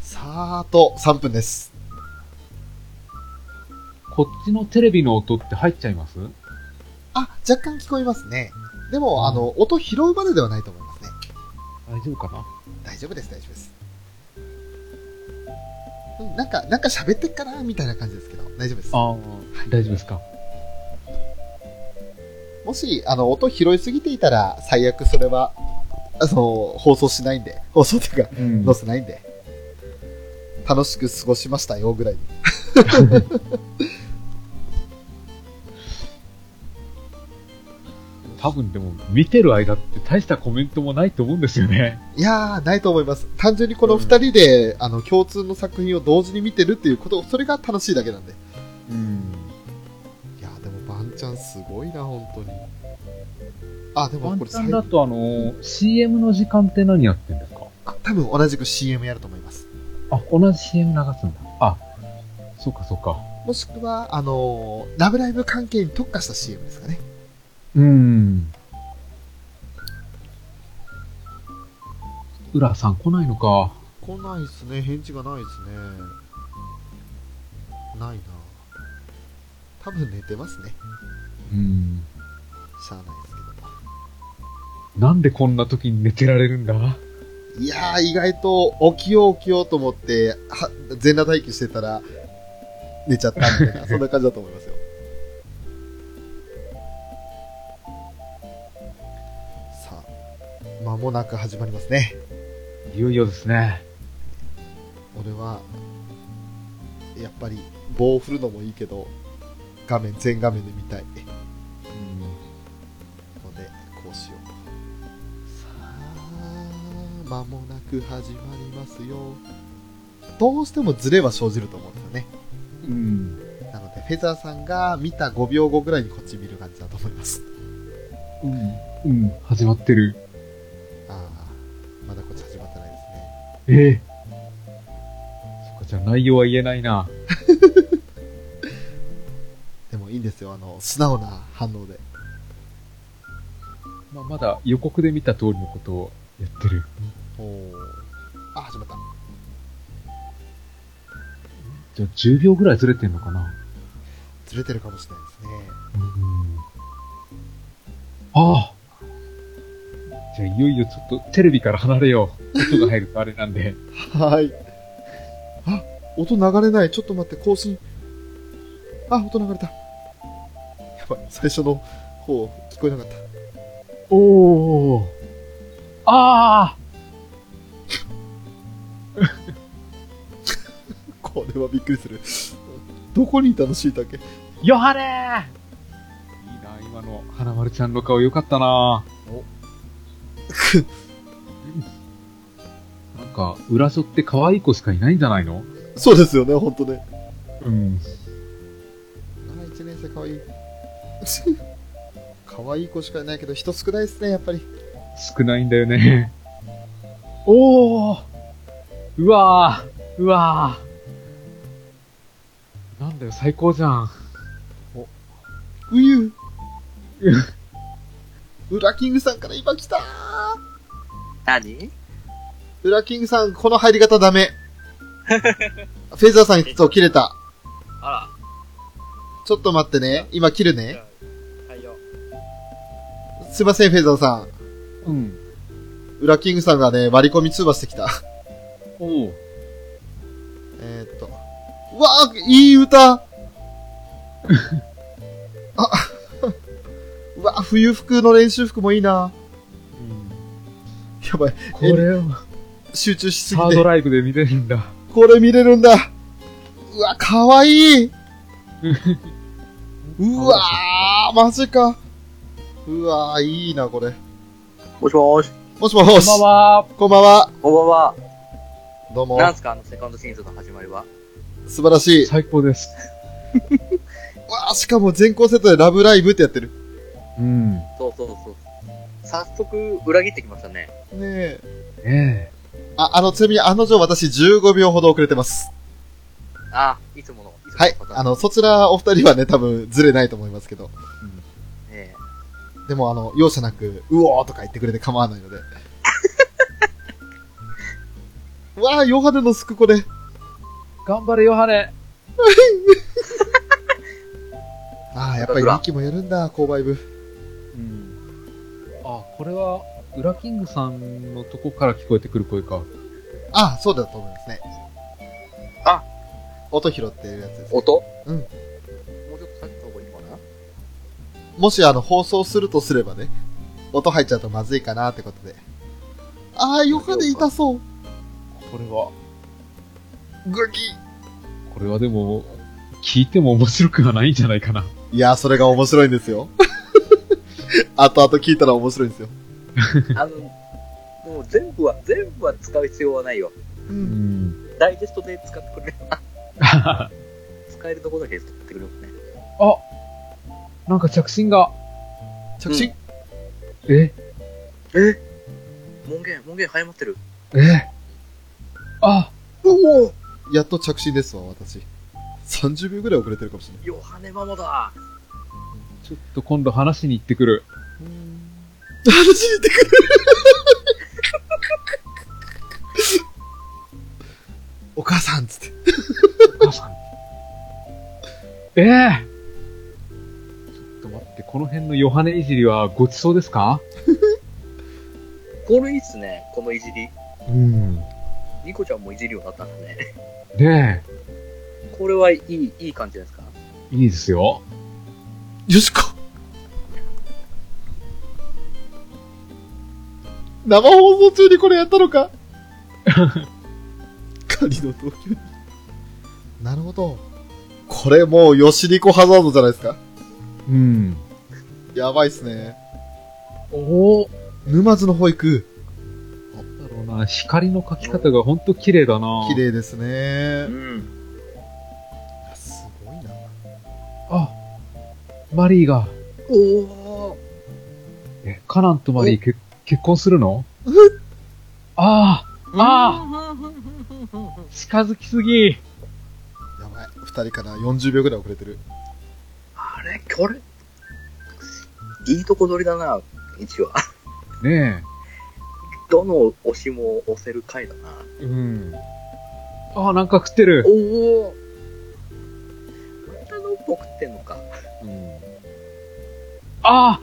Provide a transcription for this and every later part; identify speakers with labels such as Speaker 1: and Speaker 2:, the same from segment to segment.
Speaker 1: さーあと3分です。
Speaker 2: こっちのテレビの音って入っちゃいます
Speaker 1: あ、若干聞こえますね。でも、
Speaker 2: うん
Speaker 1: あの、音拾うまでではないと思いますね。
Speaker 2: 大丈夫かな
Speaker 1: 大丈夫です、大丈夫です。うん、なんか、なんか喋ってっかなみたいな感じですけど、大丈夫です。
Speaker 2: ああ、大丈夫ですか
Speaker 1: もし、あの、音拾いすぎていたら、最悪それは、あの、放送しないんで、放送っていうか、
Speaker 2: うん
Speaker 1: 載せないんで、楽しく過ごしましたよ、ぐらいに。
Speaker 2: 多分でも見てる間って大したコメントもないと思うんですよね。
Speaker 1: いやー、ないと思います。単純にこの二人で、あの、共通の作品を同時に見てるっていうこと、それが楽しいだけなんで。
Speaker 2: うん。
Speaker 1: いやー、でも、バンちゃんすごいな、本当に。あ、で
Speaker 2: ワ
Speaker 1: もこ
Speaker 2: ン
Speaker 1: れ
Speaker 2: チャ
Speaker 1: 最
Speaker 2: ンだとあのー CM の時間って何やってんですか
Speaker 1: あ多分同じく CM やると思います。
Speaker 2: あ、同じ CM 流すんだ。あ、そっかそっか。
Speaker 1: もしくは、あのーラブライブ関係に特化した CM ですかね。
Speaker 2: うん。浦さん来ないのか。
Speaker 1: 来ないですね。返事がないですね。ないな多分寝てますね。
Speaker 2: うん。
Speaker 1: しゃあないですけ
Speaker 2: なんでこんな時に寝てられるんだ
Speaker 1: ど。いやー、意外と起きよう起きようと思って、は全裸待機してたら、寝ちゃったみたいな、そんな感じだと思いますよ。さあ、間もなく始まりますね。
Speaker 2: いよいよですね。
Speaker 1: 俺はやっぱり棒を振るのもいいけど画面全画面で見たいのでこうしようさあ間もなく始まりますよどうしてもズレは生じると思うんですよね
Speaker 2: うん。
Speaker 1: なのでフェザーさんが見た5秒後ぐらいにこっち見る感じだと思います
Speaker 2: うん。うん。始まってる。
Speaker 1: ああまだこっち始まってないですね
Speaker 2: ええそっか、じゃあ内容は言えないな。
Speaker 1: でもいいんですよあの素直な反応で
Speaker 2: まあ、まだ予告で見た通りのことをやってる。
Speaker 1: おおあ始まった
Speaker 2: じゃあ10秒ぐらいずれてんのかな
Speaker 1: ずれてるかもしれないですね
Speaker 2: うん。ああじゃあいよいよちょっとテレビから離れよう。音が入るとあれなんで。
Speaker 1: はい。あ、音流れない。ちょっと待って、更新。あ、音流れた。やばい、最初の方、聞こえなかった。
Speaker 2: おおああ
Speaker 1: これはびっくりする。どこにいたの、しいたけ。
Speaker 2: ヨハネいいな、今の花丸ちゃんの顔よかったな。なんか、裏所って可愛い子しかいないんじゃないの
Speaker 1: そうですよね、ほんとね。
Speaker 2: うん。
Speaker 1: あ、一年生かわいい。 かわいい子しかいないけど、人少ないですね、やっぱり。
Speaker 2: 少ないんだよね。おーうわーうわーなんだよ、最高じゃん。
Speaker 1: うゆ
Speaker 2: うゆ
Speaker 1: う。ウラキングさんから今来たー
Speaker 3: 何
Speaker 1: ウラキングさん、この入り方ダメ。 フェザーさんと切れた。
Speaker 3: あ
Speaker 1: ちょっと待ってね。今切る
Speaker 3: ら。
Speaker 1: ね。
Speaker 3: はいよ。
Speaker 1: すいません、フェザーさん。
Speaker 2: うん。
Speaker 1: ウラキングさんがね、割り込み通話してきた。
Speaker 2: おう
Speaker 1: えーっと。うわあ、いい歌 あ、うわあ、冬服の練習服もいいな。やばい、
Speaker 2: これを
Speaker 1: 集中しす
Speaker 2: サ
Speaker 1: ぎ
Speaker 2: ード
Speaker 1: て。
Speaker 2: ライブで見れるんだ。
Speaker 1: これ見れるんだ。うわ、かわいい。 うわあ、マジか。うわあ、いいな、これ。
Speaker 3: もしもーし。
Speaker 1: もしも
Speaker 2: こ
Speaker 1: し。
Speaker 2: んばんは。
Speaker 1: こんばんは。
Speaker 3: こんばんは。
Speaker 1: どうも。
Speaker 3: なんすかあのセカンドシーズンの始まりは。
Speaker 1: 素晴らしい。
Speaker 2: 最高です。
Speaker 1: うわあ、しかも全校セットでラブライブってやってる。
Speaker 2: うん。
Speaker 3: そうそうそう。早速、裏切ってきましたね。
Speaker 1: ねえ。
Speaker 2: ええ
Speaker 1: あ、あの、ちなみに、あの女、私15秒ほど遅れてます。
Speaker 3: あ、いつもの。つもの
Speaker 1: はい
Speaker 3: パ。ターン
Speaker 1: あ、の、そちらお二人はね、多分ずれないと思いますけど。
Speaker 3: え
Speaker 1: でも、あの、容赦 なく、うおーとか言ってくれて構わないので。
Speaker 3: え
Speaker 1: うわあ、ヨハネのすくこれ。
Speaker 2: 頑張れ、ヨハネ。
Speaker 1: ああ、やっぱりリッキーもやるんだ、購買部。
Speaker 2: うん。あ、これは、ウラキングさんのとこから聞こえてくる声か。
Speaker 1: ああ、そうだと思いますね。
Speaker 3: あ
Speaker 1: 音拾ってるやつです。
Speaker 3: 音
Speaker 1: うん
Speaker 3: もうちょっと下げた方がいいのかな
Speaker 1: もしあの、放送するとすればね、音入っちゃうとまずいかなってことで。ああ、ヨハネ痛そう。
Speaker 2: これは、
Speaker 1: グギ
Speaker 2: これはでも、聞いても面白くはないんじゃないかな。
Speaker 1: いやー、それが面白いんです よ。後々聞いたら面白いんですよ。
Speaker 3: あの、もう全部は、全部は使う必要はないよ。
Speaker 1: う。
Speaker 2: うんん。
Speaker 3: ダイジェストで使ってくれれば、
Speaker 2: あ、
Speaker 3: 使えるとこだけ使ってくれますね。
Speaker 2: なんか着信が。
Speaker 1: 着信、
Speaker 2: え
Speaker 3: え門限、門限早まってる。
Speaker 2: えあ
Speaker 1: おおやっと着信ですわ、私。30秒ぐらい遅れてるかもしれない。
Speaker 3: ヨハネママだ
Speaker 2: ちょっと今度話しに行ってくる。
Speaker 1: 話に出てくるお母さんっつって。
Speaker 2: お母さん。ええちょっと待って、この辺のヨハネいじりはごちそうですか
Speaker 3: これいいっすね、このいじり。
Speaker 2: うん。
Speaker 3: ニコちゃんもいじるようになったんですね。
Speaker 2: ね
Speaker 3: これはいい、いい感じですか
Speaker 2: え、いいですよ。
Speaker 1: よしこ生放送中にこれやったのか 仮の同僚に。なるほど。これもう、ヨシリコハザードじゃないですか。
Speaker 2: うん。
Speaker 1: やばいっすね。
Speaker 2: おお。
Speaker 1: 沼津の方行く。
Speaker 2: なんだろうな、光の描き方がほんと綺麗だな。
Speaker 1: 綺。麗ですね。
Speaker 3: ん。
Speaker 1: すごいな。
Speaker 2: あ、マリーが。
Speaker 3: おー
Speaker 2: え、カナンとマリーけ結婚するのああ、ああ、
Speaker 3: あ
Speaker 2: 近づきすぎ。
Speaker 1: やばい。二人から40秒ぐらい遅れてる。
Speaker 3: あれこれ、いいとこ取りだな、一話。
Speaker 2: ね
Speaker 3: どの推しも押せる回だな。
Speaker 2: え。うん。ああ、なんか食ってる。
Speaker 3: おおまたのっぽくってんのか。
Speaker 2: うん、あ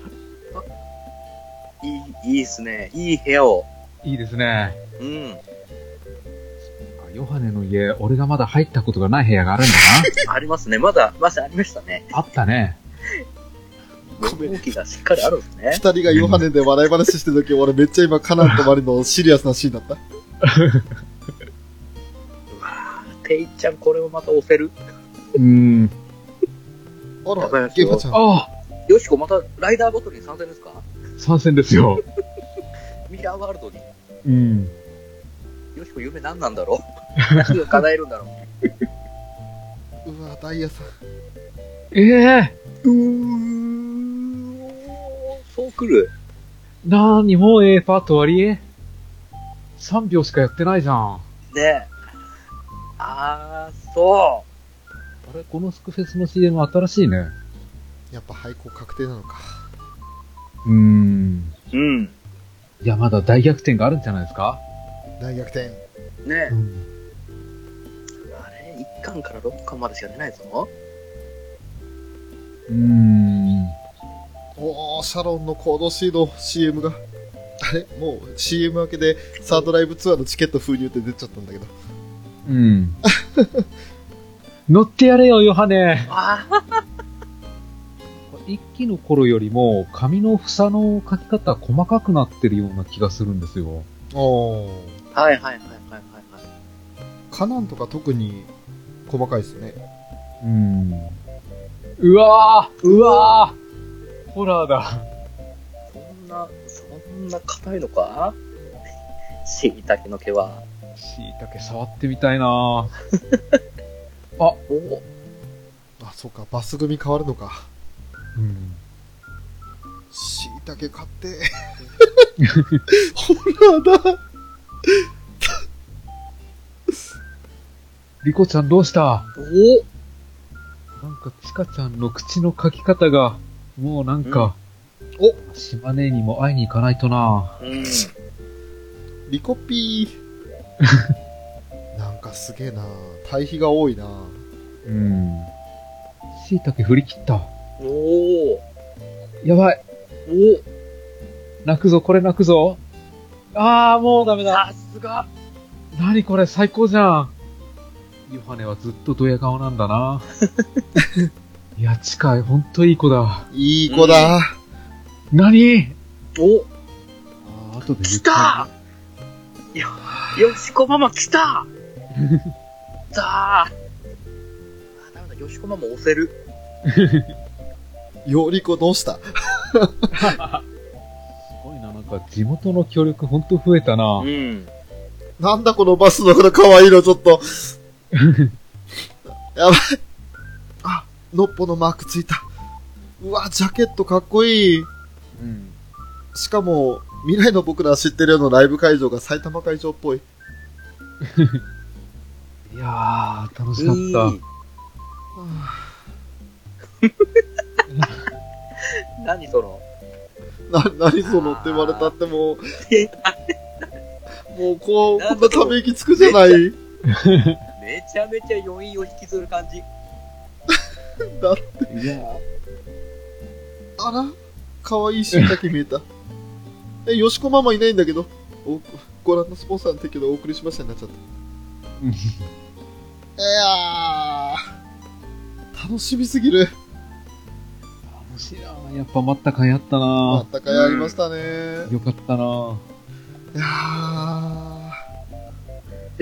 Speaker 3: いい、いいっすね。いい部屋を。
Speaker 2: あ、いいですね。
Speaker 3: うん。
Speaker 2: ヨハネの家、俺がまだ入ったことがない部屋があるんだ
Speaker 3: ありますね。まだ、まだありましたね。
Speaker 2: な。あったね。
Speaker 1: ごめん
Speaker 3: 動きがしっかりあるんです
Speaker 1: 二
Speaker 3: ね。
Speaker 1: 人がヨハネで笑い話してる時、俺めっちゃ今、カナンとマリのシリアスなシーンだった。
Speaker 3: うわぁ、ていちゃんこれをまた押せる。
Speaker 2: うん。
Speaker 1: あ
Speaker 3: わかり
Speaker 1: ら、
Speaker 3: ました
Speaker 1: ゲ
Speaker 3: よ
Speaker 1: ーファちゃん。
Speaker 2: あ
Speaker 3: よしこまたライダーバトルに参戦ですか
Speaker 2: あ、参戦ですよ。
Speaker 3: ミラーワールドに。
Speaker 2: うん。
Speaker 3: よしこ夢何なんだろ う何を叶えるんだろ
Speaker 1: うわ、ダイヤさん。
Speaker 2: ええ
Speaker 3: ううーそう来る。
Speaker 2: なーに、もうええパート終わり ?3 秒しかやってないじゃん。
Speaker 3: ねえ。あー、そ
Speaker 2: あれ、このスクフェスの CM 新しいね。
Speaker 1: やっぱ廃校確定なのか。
Speaker 2: うーん。
Speaker 3: う。うん。ね
Speaker 2: いや、まだ大逆転があるんじゃないですか
Speaker 1: 大逆転。
Speaker 3: え。
Speaker 2: ん。
Speaker 3: あれ、1巻から6巻までしか出ないぞ。
Speaker 2: うーん。
Speaker 1: おー、シャロンの行動シード CM が。あれもう CM 明けでサードライブツアーのチケット封入って出ちゃったんだけど。
Speaker 2: うん。乗ってやれよ、ヨハネ。
Speaker 3: あー、
Speaker 2: 一期の頃よりも、紙の房の書き方細かくなってるような気がするんですよ。
Speaker 1: おー。
Speaker 3: はいはいはいはいはいはい。
Speaker 1: カナンとか特に細かいですね。
Speaker 2: うん。うわぁうわぁホラーだ。
Speaker 3: そんな、そんな硬いのかしいたけの毛は。
Speaker 2: しいたけ触ってみ たいなぁ
Speaker 3: おお、
Speaker 1: あ、そうか、バス組変わるのか。
Speaker 2: うん。
Speaker 1: しいたけ買って。ホラーだ。
Speaker 2: リコちゃんどうした
Speaker 3: お
Speaker 2: なんか、チカちゃんの口の書き方が、もうなんか、
Speaker 1: お
Speaker 2: 島根にも会いに行かないとな
Speaker 3: うん。
Speaker 1: リコピー。かすげえな対比が多いな
Speaker 2: うん。椎茸振り切った。
Speaker 3: おおお
Speaker 2: やばい。泣くぞ、これ泣くぞ。ああ、もうダメだ。
Speaker 3: さすが
Speaker 2: なにこれ、最高じゃん。ヨハネはずっとドヤ顔なんだ な。いや、近い、ほんといい子だ。
Speaker 1: いい子だ、
Speaker 2: なに
Speaker 3: お
Speaker 2: あー後で言
Speaker 3: 来
Speaker 2: って
Speaker 3: たよ、よしこママ来 ただーあ、ダメだ、よしこママ押せる。
Speaker 1: よりこどうした
Speaker 2: すごいな、なんか地元の協力ほんと増えたな。
Speaker 3: ん。
Speaker 1: なんだこのバスのこの可愛いの、ちょっと。やばい。あ、ノッポのマークついた。うわ、ジャケットかっこいい。
Speaker 2: うん。
Speaker 1: しかも、未来の僕ら知ってるようなライブ会場が埼玉会場っぽい。
Speaker 2: いやー、楽しか
Speaker 3: い
Speaker 2: っ
Speaker 3: い。何その、
Speaker 1: な、なにそのって言われたって もう
Speaker 3: え、
Speaker 1: もうこう、
Speaker 3: な
Speaker 1: こ
Speaker 3: ん
Speaker 1: ん
Speaker 3: だ
Speaker 1: な
Speaker 3: ろう
Speaker 1: ため息つくじゃない。
Speaker 3: めちゃめちゃ余韻を引きずる感じ。
Speaker 2: た。いや
Speaker 1: あら可愛いしいだけ見え た。え、よしこママいないんだけど、おご覧のスポンサーの提供でお送りしましたになっちゃ った。いやー、楽しみすぎる。
Speaker 2: 楽しいな。やっぱ待った甲斐あった
Speaker 1: あ
Speaker 2: な
Speaker 1: っ。たかいありましたね。い
Speaker 2: よかったな。
Speaker 1: やー、
Speaker 3: い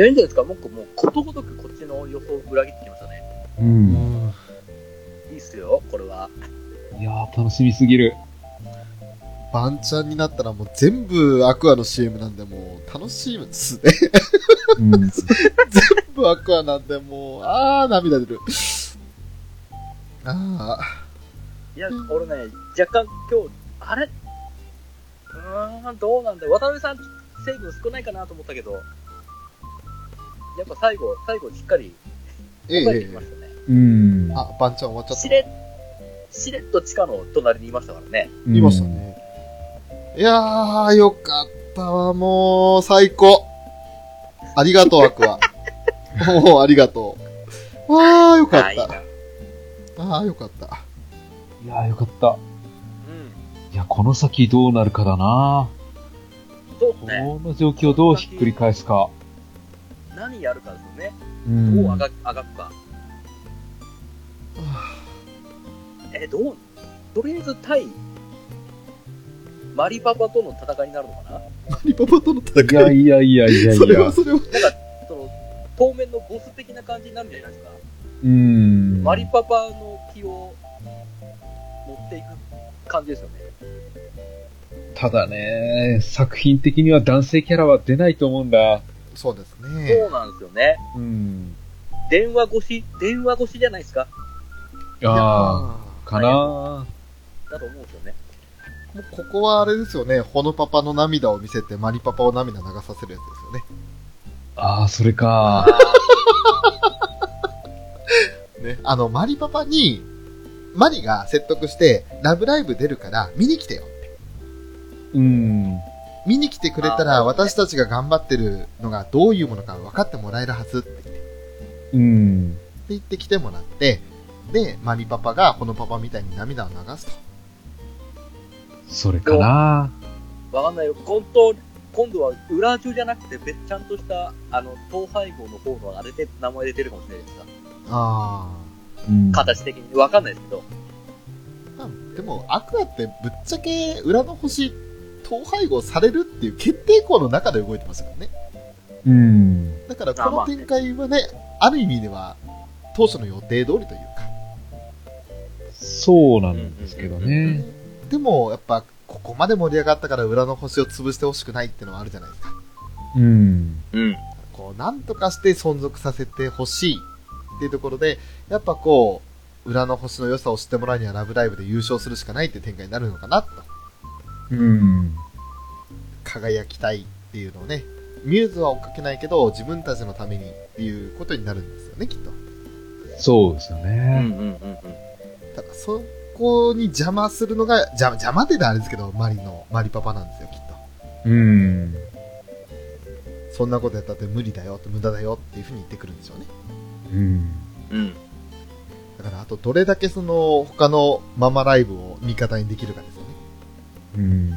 Speaker 3: や、いいんじゃないですか、僕もうことごとくこっちの予想を裏切ってきましたね。
Speaker 2: う。
Speaker 1: うんん、
Speaker 3: いいっすよ、これは。
Speaker 2: いやー、楽しみすぎる。
Speaker 1: バンチャンになったらもう全部アクアの CM なんで、もう楽しいですね。
Speaker 2: うん。
Speaker 1: 全部アクアなんで、もう、あー、涙出る。あー、
Speaker 3: いや、俺ね、若干今日、あれうーん、どうなんだ渡辺さん、成分少ないかなと思ったけど、やっぱ最後、最後しっかり
Speaker 1: ええ
Speaker 3: 答えて
Speaker 1: え
Speaker 3: きましたね。
Speaker 2: うん。
Speaker 1: あ、バンチャン終わっちゃった
Speaker 3: し。れ、しれっと地下の隣にいましたからね。
Speaker 2: うん
Speaker 1: いました。ね。いやー、よかったわ、もう、最高。ありがとう、アク ア。もう、ありがとう。あー、よか
Speaker 3: あ
Speaker 1: っ
Speaker 3: あいいな。
Speaker 1: た。あー、よかった。
Speaker 2: いやー、よかった。
Speaker 3: うん。
Speaker 2: いや、この先どうなるかだな。
Speaker 3: そうです
Speaker 2: こ
Speaker 3: ね。
Speaker 2: の状況をどうひっくり返すか。
Speaker 3: 何やるかですよね。
Speaker 2: う。
Speaker 3: どうん上が上がるか。え、どう、とりあえず対、マリパパとの戦いになるのかな
Speaker 1: マリパパとの戦
Speaker 2: いや
Speaker 1: い。
Speaker 2: いやいやいや い
Speaker 1: それ
Speaker 2: や
Speaker 1: は、。それは。
Speaker 3: その、当面のボス的な感じになるんじゃないですか。
Speaker 2: うん。
Speaker 3: マリパパの気を持っていく感じですよね。
Speaker 2: ただね、作品的には男性キャラは出ないと思うんだ。
Speaker 1: そうです
Speaker 3: そ
Speaker 1: ね
Speaker 3: う。なんですよね。
Speaker 2: うん。
Speaker 3: 電話越し、電話越しじゃないですか。
Speaker 1: い
Speaker 2: ああ、かな
Speaker 3: だと思うんですよね。
Speaker 1: やーもうここはあれですよね。ほのパパの涙を見せて、マリパパを涙流させるやつですよね。
Speaker 2: ああ、それか。
Speaker 1: ね、あの、マリパパに、マリが説得して、ラブライブ出るから、見に来てよ。
Speaker 2: うん。
Speaker 1: 見に来てくれた
Speaker 3: あ
Speaker 1: ら
Speaker 3: ー
Speaker 1: 私たちが頑張ってるのがどういうものか分かってもらえるはずって言って
Speaker 2: うん。
Speaker 1: 言って来てもらって、で、マリパパがこのパパみたいに涙を流すと。
Speaker 2: それかな
Speaker 3: わかんないよ。今度、今度は裏中じゃなくて、べちゃんとした、あの、統廃合の方のあれで名前出てるかもしれないですか。
Speaker 1: あ
Speaker 2: うん。
Speaker 3: 形的に。わかんないですけど。
Speaker 1: あ。でも、アクアってぶっちゃけ裏の星、統廃合されるっていう決定校の中で動いてますからね。
Speaker 2: うん。
Speaker 1: だから
Speaker 3: あ
Speaker 1: こ
Speaker 3: ま
Speaker 1: の
Speaker 3: あね
Speaker 1: 展開はね、ある意味では当初の予定通りというか。
Speaker 2: そうなんですけど
Speaker 3: うん
Speaker 2: ね。
Speaker 1: でも、やっぱここまで盛り上がったから裏の星を潰してほしくないってのはあるじゃないですか。
Speaker 2: うん。
Speaker 3: うん。
Speaker 1: こう、なんとかして存続させてほしいっていうところで、やっぱこう、裏の星の良さを知ってもらうにはラブライブで優勝するしかないっていう展開になるのかなと。
Speaker 2: うん。
Speaker 1: 輝きたいっていうのをね、ミューズは追っかけないけど、自分たちのためにっていうことになるんですよね、きっと。
Speaker 2: そうですよ
Speaker 3: うんう
Speaker 2: ね。
Speaker 3: んうんうん。
Speaker 1: ただ、そこに邪魔するのが、邪魔、邪魔って言ったらあれですけど、マリの、マリパパなんですよ、きっと。
Speaker 2: うん。
Speaker 1: そんなことやったって無理だよって無駄だよっていうふうに言ってくるんですよね。
Speaker 2: うん。
Speaker 3: うん。
Speaker 1: だからあとどれだけその他のママライブを味方にできるかですよね。
Speaker 2: うん。よ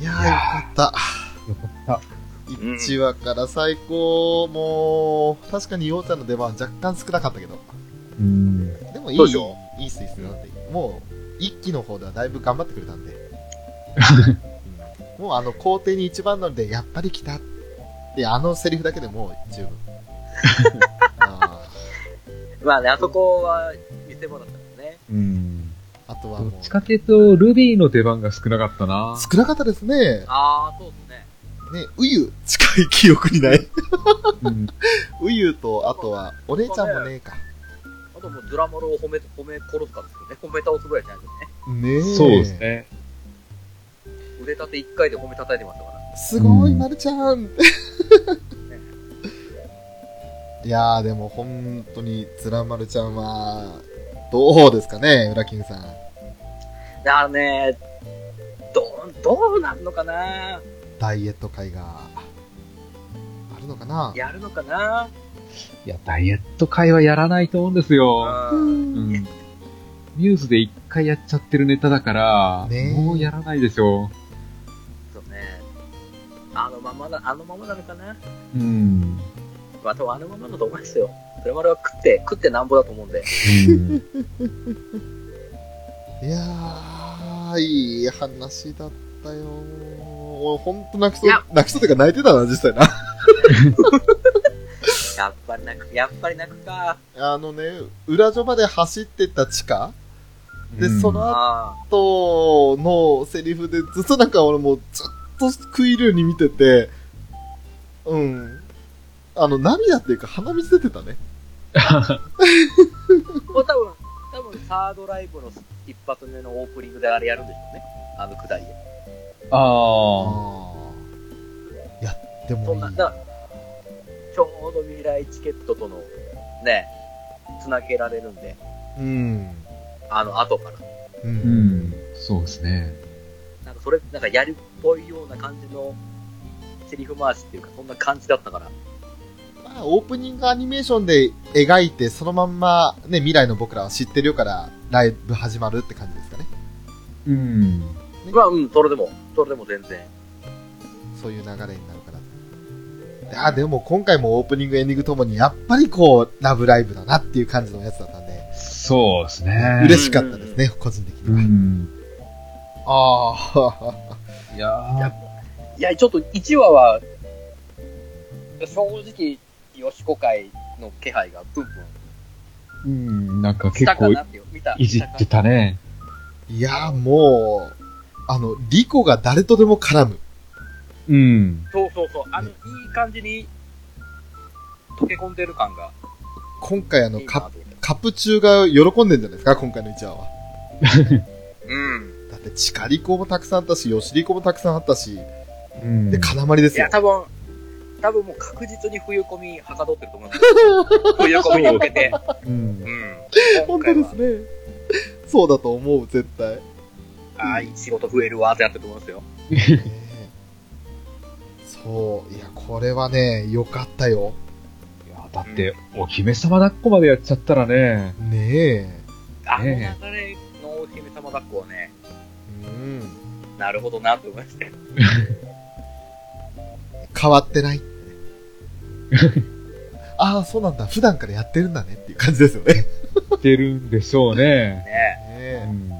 Speaker 1: いや
Speaker 2: い
Speaker 1: ーよ
Speaker 2: や
Speaker 1: かった。
Speaker 2: かった。
Speaker 3: ん
Speaker 1: 1話から最高、もう、確かに陽ちゃんの出番は若干少なかったけど。
Speaker 2: うん。
Speaker 1: でもいい
Speaker 3: そうでしょ
Speaker 1: いいスイスだって。もう、一期の方ではだいぶ頑張ってくれたんで。うんもうあの、皇帝に一番乗りで、やっぱり来たって、あのセリフだけでもう十分。あー
Speaker 3: まあね、あそこは見せ場だったからね。
Speaker 2: うん。
Speaker 1: あとは
Speaker 2: ど
Speaker 1: も
Speaker 2: っ
Speaker 1: う、
Speaker 2: ちかっていうと、ルビーの出番が少なかったな。
Speaker 1: 少なかったですね。
Speaker 3: ああ、そうですね。
Speaker 1: ね、うゆ、近い記憶にない。
Speaker 2: うん。
Speaker 1: うゆと、あとは、お姉ちゃんもねえか。
Speaker 3: あともうドラマロを褒め、褒め殺すかですよね。褒め倒すぐらいじゃないです
Speaker 1: ね
Speaker 3: よね。
Speaker 1: え。
Speaker 2: そうです。ね。
Speaker 3: 腕立て1回で褒め叩いてましたから。
Speaker 1: すごい、
Speaker 2: うん
Speaker 1: まるちゃん いやー、でも本当に、つらまるちゃんは、どうですかね、ウラキングさん。
Speaker 3: だからね、どう、どうなんのかな
Speaker 1: ダイエット会が、あるのかな
Speaker 3: やるのかない
Speaker 2: や、ダイエット会はやらないと思うんですよ。
Speaker 1: う
Speaker 3: うん。
Speaker 1: ん
Speaker 2: うん。ニュースで一回やっちゃってるネタだから、
Speaker 1: ねえ
Speaker 2: もうやらないでしょ
Speaker 3: そうね。あのままな、あのままなのかな
Speaker 2: う。うん。
Speaker 3: まあ、多分あのままだと思いますよ。ドラマロは食って、食ってなんぼだと思うんで。
Speaker 2: うん。
Speaker 1: いやー、いい話だったよ俺、ほんと泣きそ
Speaker 3: いうや、
Speaker 1: 泣きそうというか泣いてたな、実際な。
Speaker 3: やっぱり泣く、やっぱり泣くか。
Speaker 1: あのね、裏所まで走ってった地下で、
Speaker 2: うん
Speaker 1: その後
Speaker 3: ああ。
Speaker 1: とのセリフでずっとなんか俺もうずっと食い入るように見てて、うん。あの、涙っていうか鼻水出てたね。
Speaker 3: もう多分、多分サードライブの一発目のオープニングであれやるんでしょうね。あのくだりで。
Speaker 2: ああ。
Speaker 1: いや、で
Speaker 3: そ
Speaker 1: もい
Speaker 3: ん
Speaker 1: い
Speaker 3: な、だから、ちょうど未来チケットとの、ね、つなげられるんで、
Speaker 1: うん。
Speaker 3: あの後から。
Speaker 1: う。
Speaker 2: うんん。そうですね。
Speaker 3: なんかそれ、なんかやりっぽいような感じの、セリフ回しっていうか、そんな感じだったから。
Speaker 1: まあ、オープニングアニメーションで描いて、そのまんま、ね、未来の僕らは知ってるよから、ライブ始まるって感じですかね。
Speaker 2: うん。
Speaker 3: まあ、うん、それでも、それでも全然。
Speaker 1: そういう流れになるから。いや、でも今回もオープニング、エンディングともに、やっぱりこう、ラブライブだなっていう感じのやつだったんで。
Speaker 2: そうですね。
Speaker 1: 嬉しかったですね、個人的
Speaker 2: う
Speaker 1: には。
Speaker 2: ん。
Speaker 1: あ
Speaker 2: いやー
Speaker 3: いや、ちょっと1話は、正直、よしこ会の気配がプンプ
Speaker 2: うん、なんか
Speaker 3: ンし
Speaker 2: 結
Speaker 3: たか
Speaker 2: 構
Speaker 3: なっていう、見た。
Speaker 2: いじってたね。
Speaker 1: あ、いや、もう、あの、リコが誰とでも絡む。
Speaker 2: うん。
Speaker 3: そうそうそう、あの、いい感じに、溶け込んでる感が
Speaker 1: 今回あの
Speaker 3: いい、な
Speaker 1: カ
Speaker 3: と思って。
Speaker 1: カップ中が喜んでんじゃないですか、今回の1話は。
Speaker 3: うん。
Speaker 1: だって、チカリコもたくさんあったし、ヨシリコもたくさんあったし、
Speaker 2: うん
Speaker 1: で、金まりで
Speaker 3: い
Speaker 1: すよ
Speaker 3: や、。多分、多分もう確実に冬込みはかどってると思います。冬込みに向けて。
Speaker 2: うん。
Speaker 3: うん。
Speaker 1: 本当ですね。 そうだと思う、絶対。
Speaker 3: 今回はああ、いい仕事増えるわってなってると思いますよ。
Speaker 1: ねえそう、いや、これはね、良かったよ。
Speaker 2: いやだって、お姫様抱っこまでやっちゃったらね。
Speaker 1: ねえ。
Speaker 3: あの流
Speaker 2: ね
Speaker 3: れのお姫様抱っこはね、
Speaker 1: うん。
Speaker 3: なるほどなと思いましたよ。
Speaker 1: 変わって ない。ああ、そうなんだ。普段からやってるんだねっていう感じですよね。ね
Speaker 2: してるんでしょうね。
Speaker 3: ね
Speaker 2: う
Speaker 1: え
Speaker 2: ん。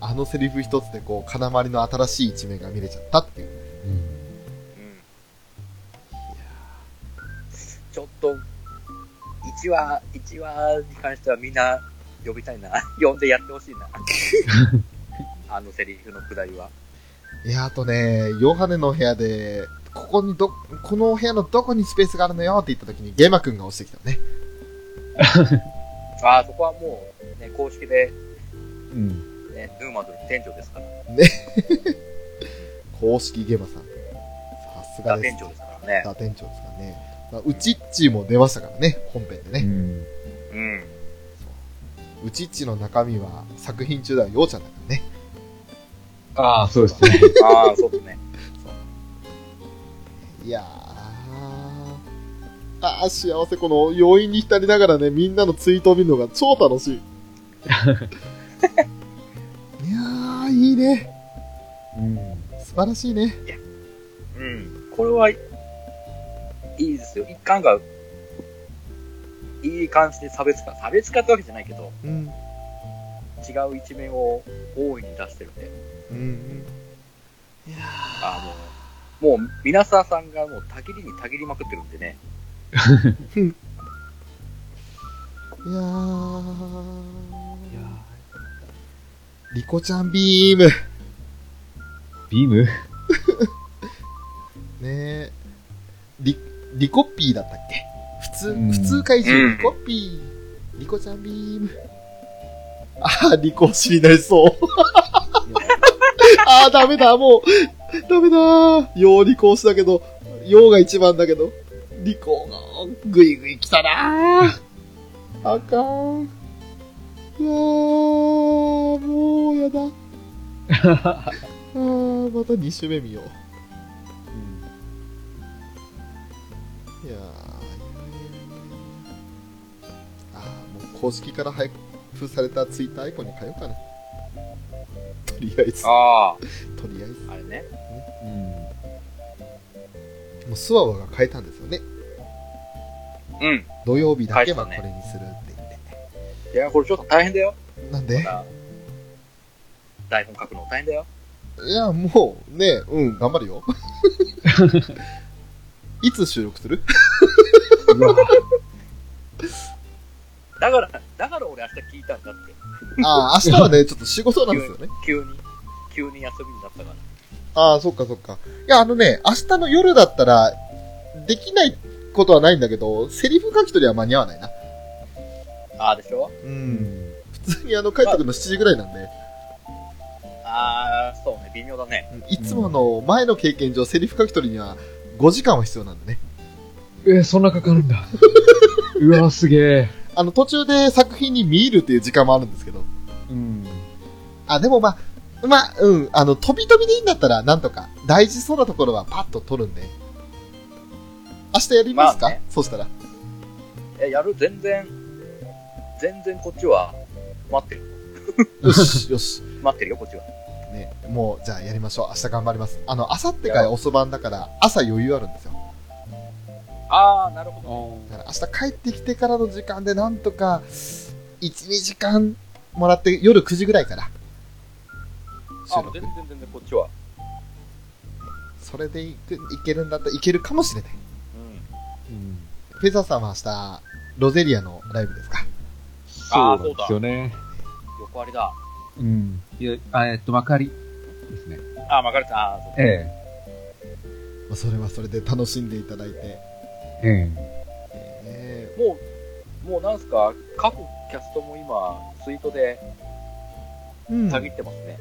Speaker 1: あのセリフ一つで、こう、金まりの新しい一面が見れちゃったっていう。
Speaker 3: うんちょっと、1話、一話に関してはみんな呼びたいな。 呼んでやってほしいな。あのセリフのくだりは。
Speaker 1: いや、あとね、ヨハネの部屋で、ここにど、この部屋のどこにスペースがあるのよって言った時に、ゲマくんが押してきたのね。
Speaker 3: ああ、そこはもう、ね、公式で、
Speaker 2: うん。
Speaker 3: ね、ヌーマンドの店長ですから。
Speaker 1: 公式ゲマさん。さすが
Speaker 3: ザ
Speaker 1: です。
Speaker 3: 店長ですからね。
Speaker 1: 打店長ですからね。まあ、うちっちーも出ましたからね、本編で
Speaker 2: う
Speaker 1: ね。
Speaker 2: ん。
Speaker 3: うん。
Speaker 1: うちっちーの中身は作品中ではようちゃんだからね。
Speaker 2: ああ、そうですね。
Speaker 3: ああ、そうですね。
Speaker 1: いやあーあー、幸せ、この余韻に浸りながらね、みんなのツイートを見るのが超楽 しい。いやー、いいね。
Speaker 2: うん。
Speaker 1: 素晴らしいね。
Speaker 3: うん。これは、いいですよ。一貫が、いい感じで差別化。差別化ってわけじゃないけど、
Speaker 1: うん。
Speaker 3: 違う一面を大いに出してるんで。
Speaker 1: うん、うん。いや
Speaker 3: あの、もう、皆沢さんがもう、たぎりにたぎりまくってるんでね。
Speaker 1: ー、いやー
Speaker 2: いや
Speaker 1: リコちゃんビーム。
Speaker 2: ービーム
Speaker 1: ねえ。リ、リコッピーだったっけ普通、
Speaker 2: うん
Speaker 1: 普通怪
Speaker 3: う
Speaker 1: 獣、
Speaker 3: ん
Speaker 1: リコッピー。リコちゃんビーム。ああ、リコ推しになり そう。ああ、ダメだ、もう。ダメだ。ようリコ推しだけど、ようが一番だけど、リコがぐいぐい来たな。あかん。うわーもうや だ。ああ、また2周目見よう。いやーいやいやいやあーもう公式から配布されたツイッターアイコンに変えようかなとりあえず
Speaker 3: あ
Speaker 1: とりあえず
Speaker 3: あ。あれね。
Speaker 2: う
Speaker 1: もうスワワが変えたんですよね
Speaker 3: うん。
Speaker 1: 土曜日だけは
Speaker 3: 変
Speaker 1: こ
Speaker 3: えた
Speaker 1: れにするって言って、
Speaker 3: いや、これちょっと大変だよ。
Speaker 1: なんで
Speaker 3: また台本書くの大変だよ。
Speaker 1: いやもうねうん頑張る よいつ収録する
Speaker 2: ん。うわ
Speaker 3: だから、だから俺明日聞いたんだって。
Speaker 1: ああ明日はねちょっと仕事なんですよね
Speaker 3: 急に、急に休みになったから。
Speaker 1: ああ、そっかそっか。いや、あのね、明日の夜だったら、できないことはないんだけど、セリフ書き取りは間に合わないな。
Speaker 3: ああでしょ
Speaker 1: う。
Speaker 2: うんん。
Speaker 1: 普通にあの、帰ってくるの7時ぐらいなんで、
Speaker 3: ああ、そうね、微妙だね。
Speaker 1: いつもの前の経験上、セリフ書き取りには5時間は必要なんだね。
Speaker 2: えー、そんなかかるんだ。うわ、すげえ。
Speaker 1: あの、途中で作品に見入るっていう時間もあるんですけど。
Speaker 2: うん。
Speaker 1: あ、でもまあ、まあ、うん、あの、飛び飛びでいいんだったら、なんとか、大事そうなところはパッと取るんで。明日やりますか、
Speaker 3: まあね
Speaker 1: そうしたら。
Speaker 3: え、やる全然、全然こっちは、待ってる。
Speaker 1: よし、よし。
Speaker 3: 待ってるよ、こっちは。
Speaker 1: ね、もう、じゃあやりましょう。明日頑張ります。あの、明後日が遅番だから、朝余裕あるんですよ。
Speaker 3: ああ、なるほど。
Speaker 1: だから明日帰ってきてからの時間で、なんとか、1、2時間もらって、夜9時ぐらいから、
Speaker 3: あ
Speaker 1: 収
Speaker 3: もう
Speaker 1: 録
Speaker 3: 全。然全然こっちは。
Speaker 1: それでいく、いけるんだったらいけるかもしれない。
Speaker 3: うん。
Speaker 2: うん。
Speaker 1: フェザーさんは明日、ロゼリアのライブですか
Speaker 2: そうなんで
Speaker 3: そうだ
Speaker 2: すよね。
Speaker 3: 横割りだ。
Speaker 2: うん。いや、あえっと、幕張ですね。
Speaker 3: ああ、曲がれた。ああ、そう
Speaker 2: え
Speaker 1: まあそれはそれで楽しんでいただいて。
Speaker 2: え。え
Speaker 1: え
Speaker 3: もう、もうなんすか、各キャストも今、ツイートで、
Speaker 1: ーうん。
Speaker 3: たぎってますね。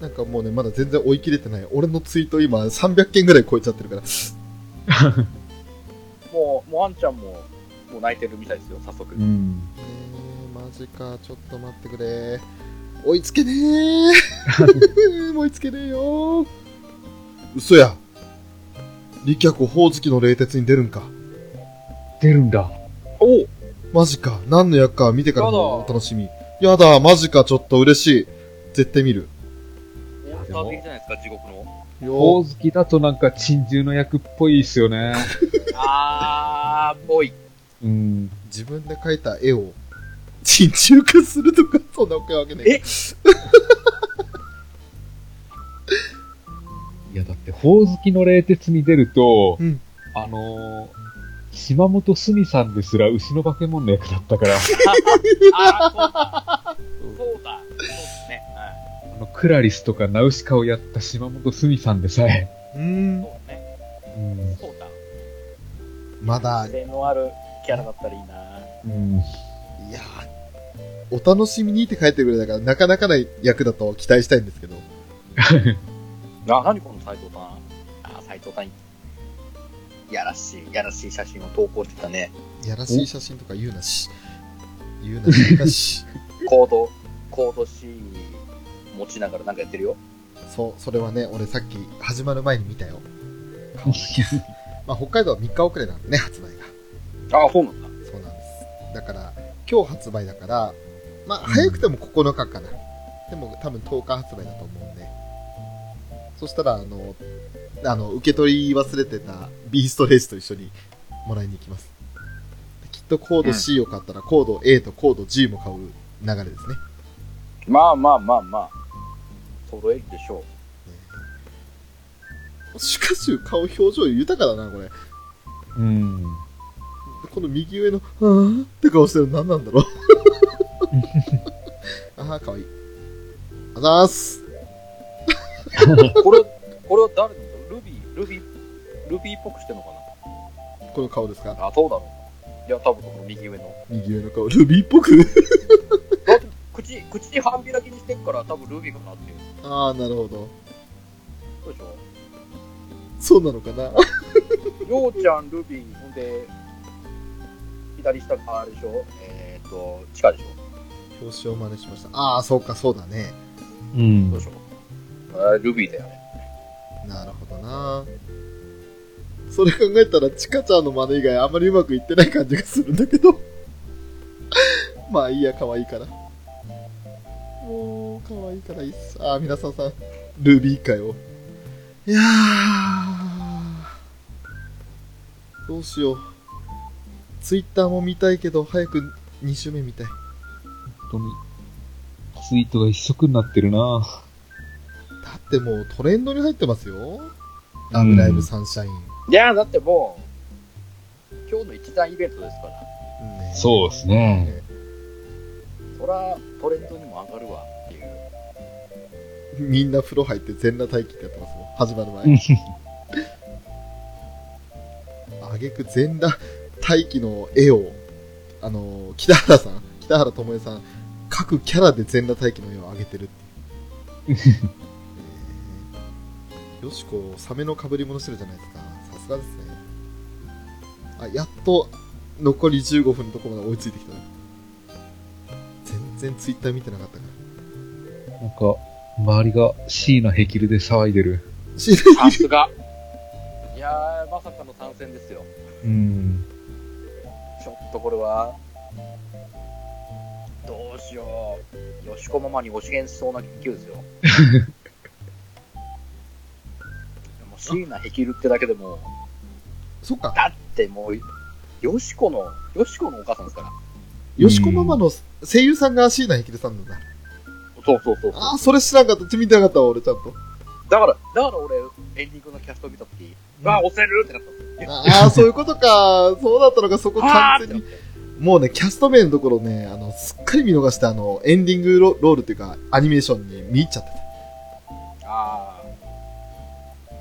Speaker 1: なんかもうね、まだ全然追い切れてない。俺のツイート今、300件ぐらい超えちゃってるから。
Speaker 3: もう、もうあんちゃんも、もう泣いてるみたいですよ、早速。
Speaker 2: え。うん。
Speaker 1: ねえマジかちょっと待ってくれ追いつけねえ追いつけねえよ嘘や利脚ほおずきの冷徹に出るんか
Speaker 2: 出るんだ。
Speaker 3: おお
Speaker 1: マジか何の役か見てからの
Speaker 3: やだ
Speaker 1: お楽しみやだマジかちょっと嬉しい絶対見る
Speaker 3: 大騒ぎじゃないですか、地獄の。
Speaker 2: ほお
Speaker 1: よ
Speaker 2: ずきだとなんか珍獣の役っぽいですよね。
Speaker 3: あー、ぽい。
Speaker 2: うん。
Speaker 1: 自分で描いた絵を鎮中化するとかそんなわけわけねえ
Speaker 3: え
Speaker 2: いや、だって、ほおずきの冷徹に出ると、
Speaker 1: うん
Speaker 2: あのー、島本すみさんですら牛の化け物の役だった から、
Speaker 3: あー、そうだ。そうだ。そうですね。はい。
Speaker 2: あの、クラリスとかナウシカをやった島本すみさんでさえ、
Speaker 1: うーん
Speaker 3: そうね。
Speaker 2: うん、
Speaker 3: そうだ。
Speaker 1: まだ
Speaker 3: 性能あるキャラだったらいいな
Speaker 2: うん、
Speaker 1: いやーお楽しみにって書いてくれたからなかなかない役だと期待したいんですけど
Speaker 3: あ、何この斎藤さん。あー、斎藤さん。やらしい、やらしい写真を投稿してたね。
Speaker 1: やらしい写真とか言うなし。言うなし。言うな し。
Speaker 3: コード、コード C 持ちながらなんかやってるよ。
Speaker 1: そう、それはね、俺さっき始まる前に見たよ。まあ、北海道は3日遅れなんでね、発売が。
Speaker 3: ああ、そうなんだ。
Speaker 1: そうなんです。だから、今日発売だから、まあ、早くても9日かな。でも、多分10日発売だと思うんで。そしたら、あの、あの、受け取り忘れてたビーストレースと一緒にもらいに行きます。できっとコード C を買ったら、コード A とコード G も買う流れですね。
Speaker 3: まあまあまあまあ。揃えるでしょ
Speaker 1: シュカシュ顔表情豊かだな、これ。
Speaker 2: うん。
Speaker 1: この右上の、あーって顔してるの何なんだろう。ああ、かわいい。あざーす。
Speaker 3: う。こ れ、これは誰なんだろうルビー、ルビー、ルビーっぽくしてんのか
Speaker 1: この顔ですか
Speaker 3: なあ、そうだろう。いや、多分この右上の。
Speaker 1: 右上の顔、ルビーっぽく
Speaker 3: だって口、口半開きにしてっから、多分ルビーかなっていう。
Speaker 1: ああ、なるほど。
Speaker 3: そうでしょ
Speaker 1: そうなのかな
Speaker 3: ようちゃん、ルビー、ほんで、左下があれでしょえーっと、地下でしょ
Speaker 1: 表紙を真似しました。ああ、そうか、そうだね。
Speaker 2: う
Speaker 3: どうんで。しょあれルビーだよね。
Speaker 1: なるほどな。それ考えたら、チカちゃんの真似以外あんまりうまくいってない感じがするんだけど。 まあいいや、可愛いから。もう、可愛いからいいっす。ああ、皆さんさん、ルビーかよ。いやー。どうしよう。ツイッターも見たいけど、早く2周目見たい。
Speaker 2: 本当に。ツイートが一色になってるな
Speaker 1: だってもうトレンドに入ってますよ。ラブライブサンシャイン。
Speaker 3: いやー、だってもう、今日の一大イベントですから、
Speaker 1: ね
Speaker 2: そうですね。
Speaker 3: そら、トレンドにも上がるわっていう。
Speaker 1: みんな風呂入って全裸待機ってやってますもん。始まる前。あげく全裸待機の絵を、あの、北原さん、北原智恵さん、各キャラで全裸待機の絵を上げてるっていう。えーよしこ、サメの被り物してるじゃないですか。さすがですね。あ、やっと、残り15分のところまで追いついてきた。全然ツイッター見てなかったから。
Speaker 2: なんか、周りが C のヘキルで騒いでる。
Speaker 1: し
Speaker 3: さすが。 いやー、まさかの参戦ですよ。
Speaker 2: うん。
Speaker 3: ちょっとこれは、どうしよう。よしこママにおしげんしそうな勢い ですよ。でも、椎名ヘキルってだけでも、
Speaker 1: そっか。
Speaker 3: だってもう、よしこの、よしこのお母さんですから。
Speaker 1: よしこママの声優さんが椎名ヘキルさんなんだ。
Speaker 3: そうそうそうそう。
Speaker 1: ああ、それ知らんかった。ち見てなかったわ、俺ちゃんと。
Speaker 3: だから、だから俺、エンディングのキャスト見たとき、
Speaker 1: うん
Speaker 3: わあ、押せるってなったんですよ。
Speaker 1: ああ、そういうことか。そうだったのか、そこ
Speaker 3: は
Speaker 1: 完
Speaker 3: あーって
Speaker 1: 全
Speaker 3: なっ
Speaker 1: に。
Speaker 3: て。
Speaker 1: もうね、キャスト名のところね、あの、すっかり見逃して、あの、エンディングロロールっていうか、アニメーションに見入っちゃって
Speaker 3: ああ。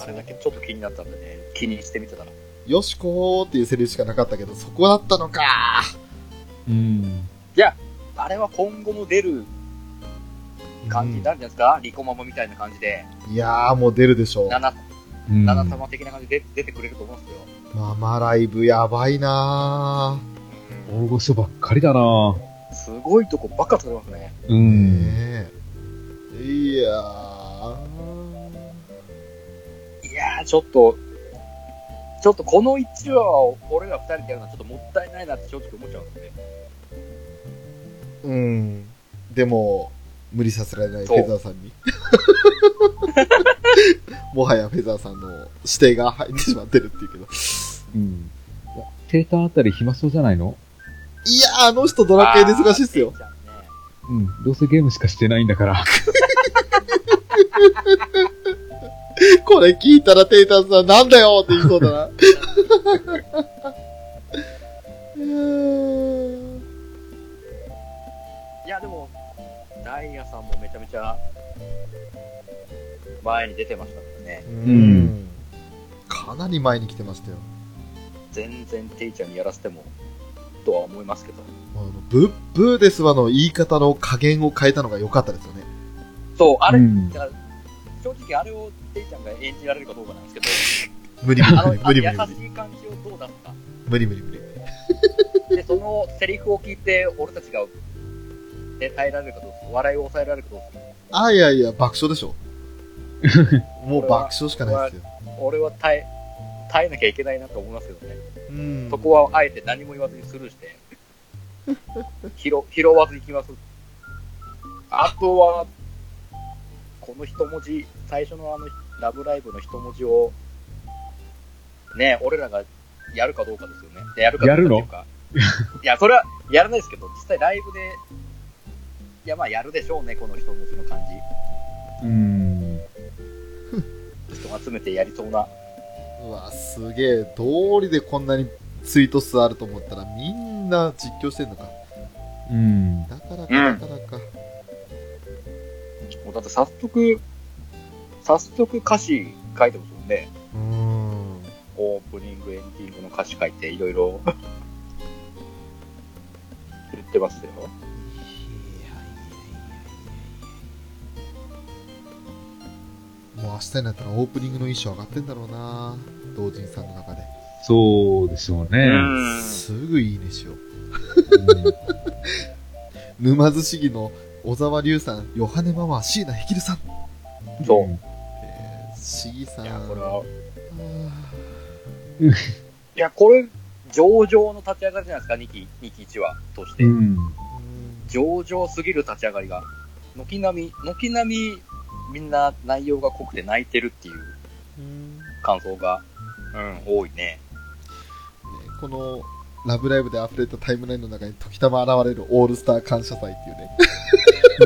Speaker 3: あれだけちょっと気になったんでね、気にしてみてたら。
Speaker 1: た。よしこーっていうセリフしかなかったけど、そこだったのか。
Speaker 2: うん。
Speaker 3: あれは今後も出る感じになるんじゃないですか、リコママみたいな感じで、
Speaker 1: いやー、もう出るでしょう。
Speaker 3: 七
Speaker 2: うん
Speaker 3: 七様的な感じで出てくれると思うんですよ。
Speaker 1: ママライブやばいな
Speaker 2: 大御所ばっかりだな
Speaker 3: すごいとこばっか取れますね。
Speaker 2: う
Speaker 1: ー。
Speaker 2: ん。
Speaker 1: ねえいやー。
Speaker 3: いやー、ちょっと、ちょっとこの1話を俺ら2人でやるのはちょっともったいないなって正直思っちゃうんですね。
Speaker 1: うん。でも、無理させられないフ
Speaker 3: そう
Speaker 1: ェザーさんに。 もはやフェザーさんの指定が入ってしまってるっていうけど。
Speaker 2: うん。生誕あたり暇そうじゃないの
Speaker 1: いやー、あの人ドラクエで忙しいっすよ
Speaker 3: あー。。てっちゃんね
Speaker 2: うん。どうせゲームしかしてないんだから。
Speaker 1: これ聞いたらテイタンさんなんだよって言いそうだ な。うーん
Speaker 3: いや、でも、ダイヤさんもめちゃめちゃ前に出てましたからね。
Speaker 2: ん
Speaker 1: かなり前に来てましたよ。
Speaker 3: 全然テイちゃんにやらせても、とは思いますけど。
Speaker 1: あのブッブーですわの言い方の加減を変えたのが良かったですよね。
Speaker 3: そう、あれ、
Speaker 2: うん
Speaker 3: だから、正直あれをテイちゃんが演じられるかどうかなんですけど、
Speaker 1: 無理 無
Speaker 3: あの
Speaker 1: 理、無理無理無
Speaker 3: あ
Speaker 1: 理
Speaker 3: の優
Speaker 1: 無理
Speaker 3: しい感じをどう出すか。
Speaker 1: 無理無理無理。
Speaker 3: で、そのセリフを聞いて、俺たちが、で耐えられるかどうする笑いを抑えられるかどうする
Speaker 1: あ、 いやいや、爆笑でしょ。もう爆笑しかないですよ。
Speaker 3: 俺は耐え、耐えなきゃいけないなと思いますけどね。
Speaker 1: うん
Speaker 3: そこはあえて何も言わずにスルーして、拾 拾わずいきます。あとは、この一文字、最初のあの、ラブライブの一文字を、ね、俺らがやるかどうかですよね。でやるかどうかっていうか。 いや、それはやらないですけど、実際ライブで、いや、まあやるでしょうね、この一文字の感
Speaker 2: うん。
Speaker 3: じ。人を集めてやりそうな。
Speaker 1: うわすげえ道理でこんなにツイート数あると思ったらみんな実況してんのか
Speaker 2: うん。
Speaker 1: だからか
Speaker 3: う
Speaker 1: だ
Speaker 3: ん
Speaker 1: からか、
Speaker 3: もうだって早速、早速歌詞書いてますもんね。
Speaker 1: うーん、
Speaker 3: オープニング、エンディングの歌詞書いて、いろいろ 言ってますよ。
Speaker 1: もう明日になったらオープニングの衣装上がってんだろうな同人さんの中で
Speaker 2: そうでしょうね。
Speaker 1: すぐいいねしよう沼津市議の小沢龍さんヨハネママ椎名ヘキルさん、
Speaker 2: うん
Speaker 3: そう。
Speaker 1: えー、市議さん
Speaker 3: いや、これは、
Speaker 1: あー
Speaker 3: いや、これ、上々の立ち上がりじゃないですか、2期、二期1話として。
Speaker 2: うん。
Speaker 1: うん
Speaker 3: 上々すぎる立ち上がりが。軒並み、軒並み、みんな内容が濃くて泣いてるっていう
Speaker 1: うん
Speaker 3: 感想が、うん、多いね。
Speaker 1: ねこの「ラブライブ!」で溢れたタイムラインの中に時たま現れるオールスター感謝祭っていう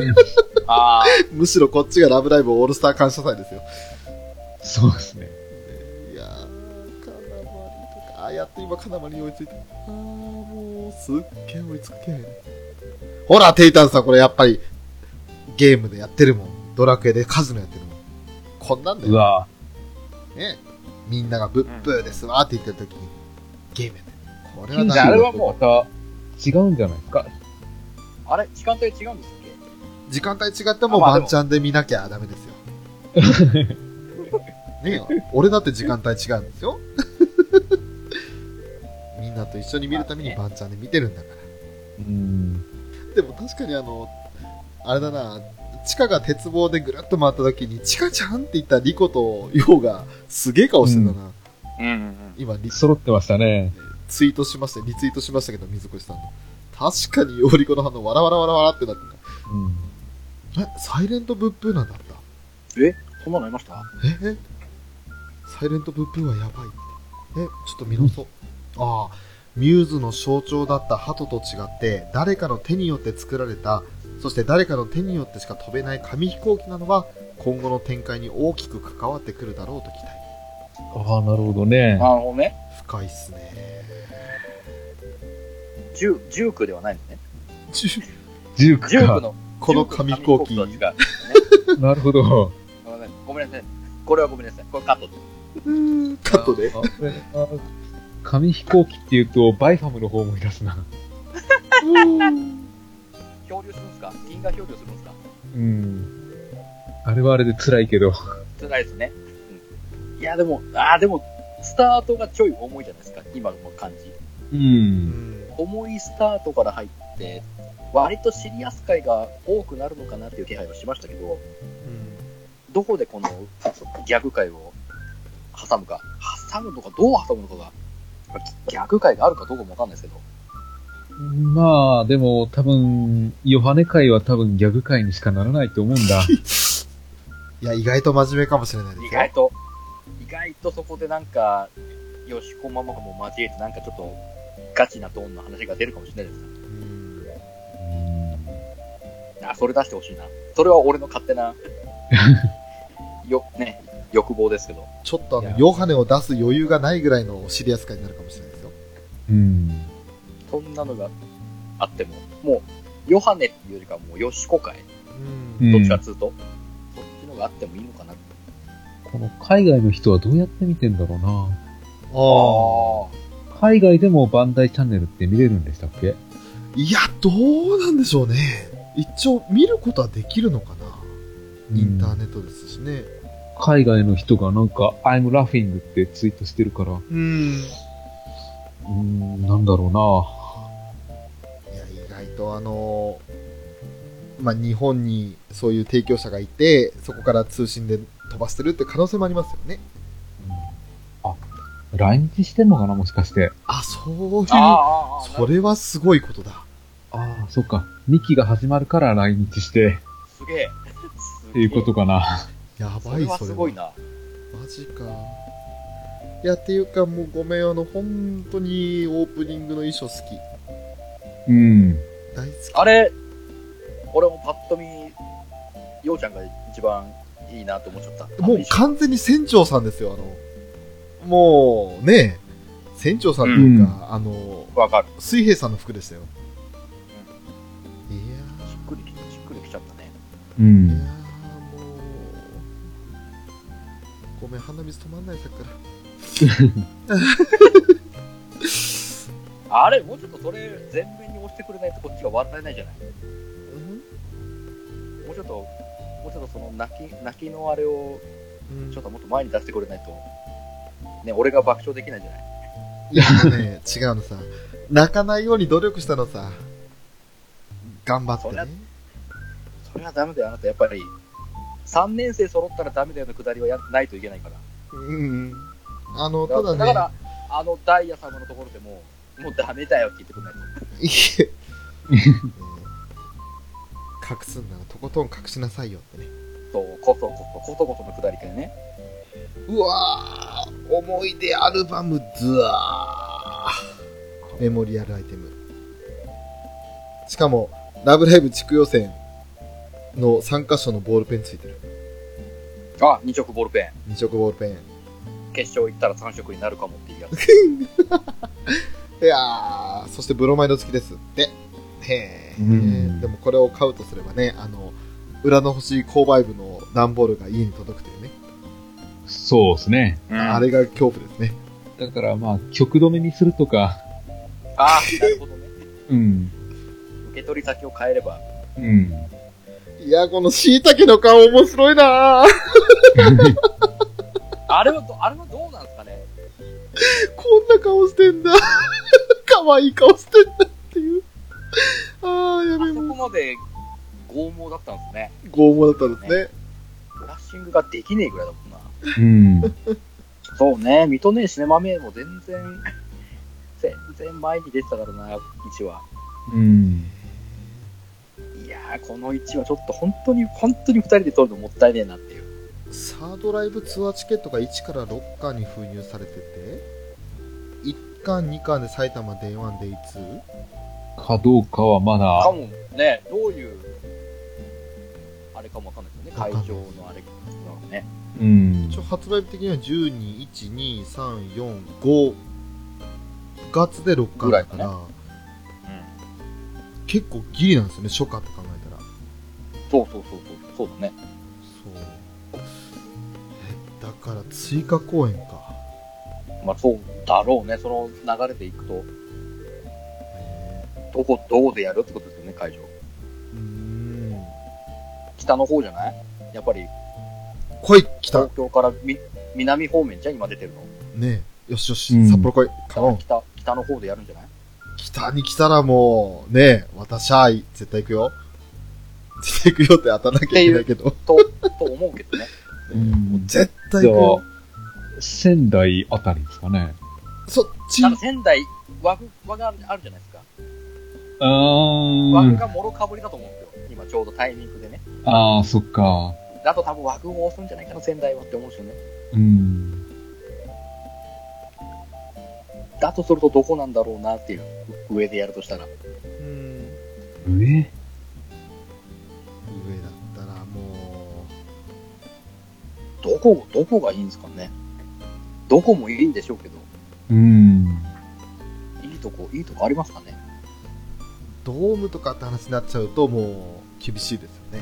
Speaker 1: ね
Speaker 3: ああ、
Speaker 1: むしろこっちが「ラブライブ!」オールスター感謝祭ですよ
Speaker 2: そうですね。
Speaker 1: いやー金丸とかあーやっと今金丸に追いついたあーもうすっげえ追いつくけほらテイタンさんこれやっぱりゲームでやってるもんドラクエでカジノやってるもんこんなんだ
Speaker 2: う
Speaker 1: よ、
Speaker 2: わ
Speaker 1: ね、みんながブッブーですわーって言ってる時にゲームやってるこれは
Speaker 2: うん
Speaker 3: じゃああ
Speaker 1: だ
Speaker 3: れ
Speaker 1: よ
Speaker 3: はも
Speaker 2: 違うんじゃないですか。
Speaker 3: あれ時間帯違うんですっけ
Speaker 1: 時間帯違っても
Speaker 3: あまあで
Speaker 1: ワ
Speaker 3: も
Speaker 1: ンチャンで見なきゃダメですよ。 ねえ、俺だって時間帯違うんですよ。 みんなと一緒に見るためにワンチャンで見てるんだか
Speaker 2: うん。
Speaker 1: ら。でも確かにあの、あれだな、チカが鉄棒でぐるっと回った時に、チカちゃんって言ったリコとヨウがすげえ顔してたな。
Speaker 3: うんうんうん。
Speaker 1: 今リ
Speaker 2: 揃ってましたね。
Speaker 1: ツイートしました、リツイートしましたけど、水越さんの。確かにヨウリコの反応、わらわらわらわらってなって
Speaker 2: うん。
Speaker 1: た。え、サイレントブッブーなんだった。
Speaker 3: そんなのいました
Speaker 1: えサイレントブッブーはやばいえちょっと見直そうああミューズの象徴だった鳩と違って誰かの手によって作られたそして誰かの手によってしか飛べない紙飛行機なのは今後の展開に大きく関わってくるだろうと期待
Speaker 2: ああ、なるほどね。
Speaker 3: なるほどね。
Speaker 1: 深いっすね
Speaker 3: 十十九ではないのね。
Speaker 2: 19
Speaker 3: 十九
Speaker 2: か。
Speaker 3: の。
Speaker 1: この紙飛行機
Speaker 3: 19の紙飛行機
Speaker 2: なるほど。
Speaker 3: とは違うごめんなさい。ごめんなさい。これはごめんなさい。これカットで。
Speaker 1: カットで
Speaker 2: あ。これあ紙飛行機っていうと、バイファムの方思い出すな。
Speaker 3: 漂流するんですか銀河漂流するんですか
Speaker 2: うん。あれはあれで辛いけど。
Speaker 3: 辛いですね。うん、いや、でも、ああ、でも、スタートがちょい重いじゃないですか。今の感
Speaker 1: う
Speaker 2: う。
Speaker 3: じ。
Speaker 1: んん
Speaker 3: 重いスタートから入って、割とシリアス回が多くなるのかなっていう気配はしましたけど、どこでこのギャグ回を挟むか。挟むのか、どう挟むのかが、ギャグ回があるかどうかもわかんないですけど。
Speaker 2: まあ、でも多分、ヨハネ会は多分ギャグ会にしかならないと思うんだ。
Speaker 1: いや意外と真面目かもしれないで
Speaker 3: 意
Speaker 1: すよ
Speaker 3: 外と、意外とそこでなんか、よしこママも交えて、なんかちょっと、ガチなトーンの話が出るかもしれないです。
Speaker 1: うん
Speaker 3: あ、それ出してほしいな。それは俺の勝手な、 よ、ね、欲望ですけど。
Speaker 1: ちょっとあ
Speaker 2: い
Speaker 1: の
Speaker 2: や
Speaker 1: ヨハネを出す余裕がないぐらいのお尻扱いになるかもしれないですよ
Speaker 2: うん。
Speaker 3: そんなのがあっても、もう、ヨハネっていうよりかはもう、よしこ会、
Speaker 1: う
Speaker 2: うんん
Speaker 3: どっちかっつうと、そっちのがあってもいいのかな。
Speaker 2: この海外の人はどうやって見てんだろうな。
Speaker 1: ああ
Speaker 2: 海外でもバンダイチャンネルって見れるんでしたっけ
Speaker 1: いや、どうなんでしょうね。一応見ることはできるのかな。インターネットですしね。
Speaker 2: 海外の人がなんか、I'm laughing ってツイートしてるから、う
Speaker 1: うん。
Speaker 2: ーん、なんだろう
Speaker 1: いや、意外とあのーまあ、日本にそういう提供者がいて、そこから通信で飛ばしてるって可能性もありますよね。
Speaker 2: な。うんあ、来日してんのかなもしかして。
Speaker 1: あ、そういう、
Speaker 3: あーあー、
Speaker 1: そ
Speaker 3: れ
Speaker 1: れはすごいことだ。
Speaker 2: ああ、そっか。2期が始まるから来日して、
Speaker 3: すげえ。っ
Speaker 2: っていうことかな。
Speaker 1: や
Speaker 3: そ
Speaker 1: ばい、それ
Speaker 3: れは
Speaker 1: は。
Speaker 3: すごいな。
Speaker 1: マジか。いや、っていうか、もうごめん、あの、本当にオープニングの衣装好き。
Speaker 2: うん。
Speaker 1: 大好き。
Speaker 3: あれ、俺もパッと見、ようちゃんが一番いいなと思っちゃった。
Speaker 1: もう完全に船長さんですよ、あの。もう、ね船長さんというか、あの、
Speaker 3: わかる。
Speaker 1: 水平さんの服でしたよ。いや
Speaker 3: しっくりき、しっくりきちゃったね。
Speaker 2: う
Speaker 1: ー、いや
Speaker 2: ん。
Speaker 1: ーもう。ごめん、鼻水止まんない、さっきから。
Speaker 3: あれ、もうちょっとそれ、全面に押してくれないとこっちが笑えないじゃない
Speaker 1: うん
Speaker 3: もうちょっと、もうちょっとその泣き、泣きのあれを、
Speaker 1: うん
Speaker 3: ちょっともっと前に出してくれないと、ね、俺が爆笑できないじゃない
Speaker 1: いや、あのね、違うのさ、泣かないように努力したのさ、頑張って
Speaker 3: そりゃ
Speaker 1: ね。
Speaker 3: それはダメだよ、あなた。やっぱり、3年生揃ったらダメだよのくだりはやないといけないから。
Speaker 1: うん。あの、
Speaker 3: だ
Speaker 1: た
Speaker 3: か
Speaker 1: だ
Speaker 3: ら、
Speaker 1: ね、
Speaker 3: だからあのダイヤ様のところでもう、もうダメだよって言ってくれないと。
Speaker 1: いえうん 隠すんならとことん隠しなさいよってね。
Speaker 3: そう、こそこそ、ことごとのくだりからね。
Speaker 1: うわー、思い出アルバムズワー。メモリアルアイテム。しかも、ラブライブ地区予選の3箇所のボールペンついてる。
Speaker 3: あ、2色ボールペ
Speaker 1: 2色ボールペン。
Speaker 3: ン。決勝行ったら3色になるかもっていうやつ。
Speaker 1: いやー、そしてブロマイド付きですって。へー
Speaker 2: うん
Speaker 1: でもこれを買うとすればね、あの、裏の星購買部の段ボールが家に届くというね。
Speaker 2: そうですね。
Speaker 1: あれが恐怖ですね。
Speaker 2: だからまあ、曲止めにするとか、
Speaker 3: あなるほどね。
Speaker 2: うん。
Speaker 3: 受け取り先を変えれば。
Speaker 2: うん。
Speaker 1: いや、この椎茸の顔面白いなー
Speaker 3: あれはど、あれはどうなんですかね
Speaker 1: こんな顔してんだ。 可愛い顔してんだっていう。あー、や
Speaker 3: あ
Speaker 1: べえ、
Speaker 3: そこ
Speaker 1: もう。
Speaker 3: まで剛毛だったんですね。
Speaker 1: 拷問だったんですね。
Speaker 3: ブラッシングができねえぐらいだもんな。
Speaker 2: うん。
Speaker 3: そうね、水戸ねえしね、豆も全然、全然前に出てたからな、1話。
Speaker 2: うん。
Speaker 3: いやー、この1話ちょっと本当に、本当に2人で撮るのもったいねえなっていう。
Speaker 1: サードライブツアーチケットが1から6巻に封入されてて、1巻、2巻で埼玉 Day1、Day2。
Speaker 2: かどうかはま
Speaker 3: か
Speaker 2: だ、
Speaker 3: もね、どういう、あれかもわかんないですよね、会場のあれなのね。
Speaker 2: うん
Speaker 1: 一。応発売日的には1212345月で6巻だか
Speaker 3: ぐら
Speaker 1: ら、
Speaker 3: い
Speaker 1: 結構ギリなんですよね初夏って考えたら
Speaker 3: そうそうそうそう、そうだね。
Speaker 1: そうえだから追加公演か
Speaker 3: まあそうだろうね、その流れでいくと、
Speaker 1: え
Speaker 3: どこ、どこでやるってことですよね、会場。
Speaker 1: ーうーん
Speaker 3: 北の方じゃないやっぱり
Speaker 1: 来い来た
Speaker 3: 東京からみ南方面じゃん今出てるの
Speaker 1: ねえよしよし、
Speaker 2: うん
Speaker 1: 札幌来いカモン
Speaker 3: 北北の方でやるんじゃない
Speaker 1: 北に来たらもうねえ私はい絶対行くよ絶対行くよって当たんなきゃいけないけど
Speaker 3: とと思うけどね
Speaker 2: うんじゃ
Speaker 1: 絶対行くよ
Speaker 2: あ、仙台あたりですかね。
Speaker 1: そっち
Speaker 3: なんか仙台和具和があるあるじゃないですか
Speaker 2: うー
Speaker 3: 和具
Speaker 2: ん。
Speaker 3: がもろかぶりだと思うんですよ今ちょうどタイミングでね
Speaker 2: ああ、そっか。
Speaker 3: だと多分和具を押すんじゃないかな仙台はって思うんですよね
Speaker 2: うん。
Speaker 3: だとするとどこなんだろうなっていうう上でやるとしたら
Speaker 1: うん
Speaker 2: 上
Speaker 1: 上だったらも
Speaker 3: どこどこがいいんですかねどこもいいんでしょうけど
Speaker 2: うん。
Speaker 3: いいとこいいとこありますかね
Speaker 1: うドームとかって話になっちゃうともう厳しいですよね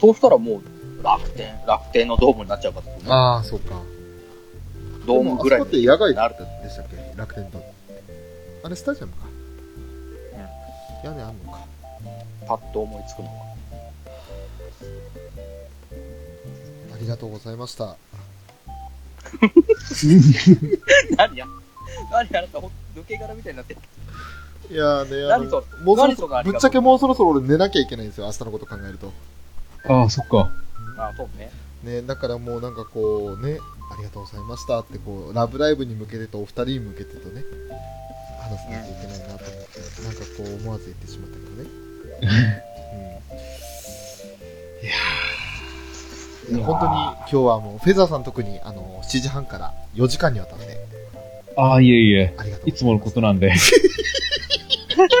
Speaker 3: そうしたらもう楽天楽天のドームになっちゃうからですよね
Speaker 1: ああそうか
Speaker 3: ドームぐらい
Speaker 1: あそ
Speaker 3: の
Speaker 1: こって野外
Speaker 3: な
Speaker 1: だ
Speaker 3: る
Speaker 1: ったでしたっけ楽天ドームあれスタジアムか屋根あんのか
Speaker 3: パッと思いつくのは
Speaker 1: ありがとうございました
Speaker 3: 何や何やあなたほん抜け殻みたいになってる
Speaker 1: いやーねあの
Speaker 3: 何それ
Speaker 1: もうそろ
Speaker 3: 何
Speaker 1: そ
Speaker 3: そ
Speaker 1: ろ
Speaker 3: のあり
Speaker 1: ぶ
Speaker 3: が
Speaker 1: っ
Speaker 3: と
Speaker 1: ち
Speaker 3: う
Speaker 1: ゃけもうそろそろ俺寝なきゃいけないんですよ明日のこと考えると
Speaker 2: ああ、そっか。
Speaker 3: あそうね
Speaker 1: ね、だからもうなんかこうね、ありがとうございましたってこう、ラブライブに向けてとお二人に向けてとね、話さなきゃいけないなと思って、なんかこう思わず言ってしまったけどね。うん、いやーいや本当に今日はもう、フェザーさん特にあの、7時半から4時間にわたって、
Speaker 2: ああ、いえいえ。
Speaker 1: ありがとうございます。
Speaker 2: いつものことなんで。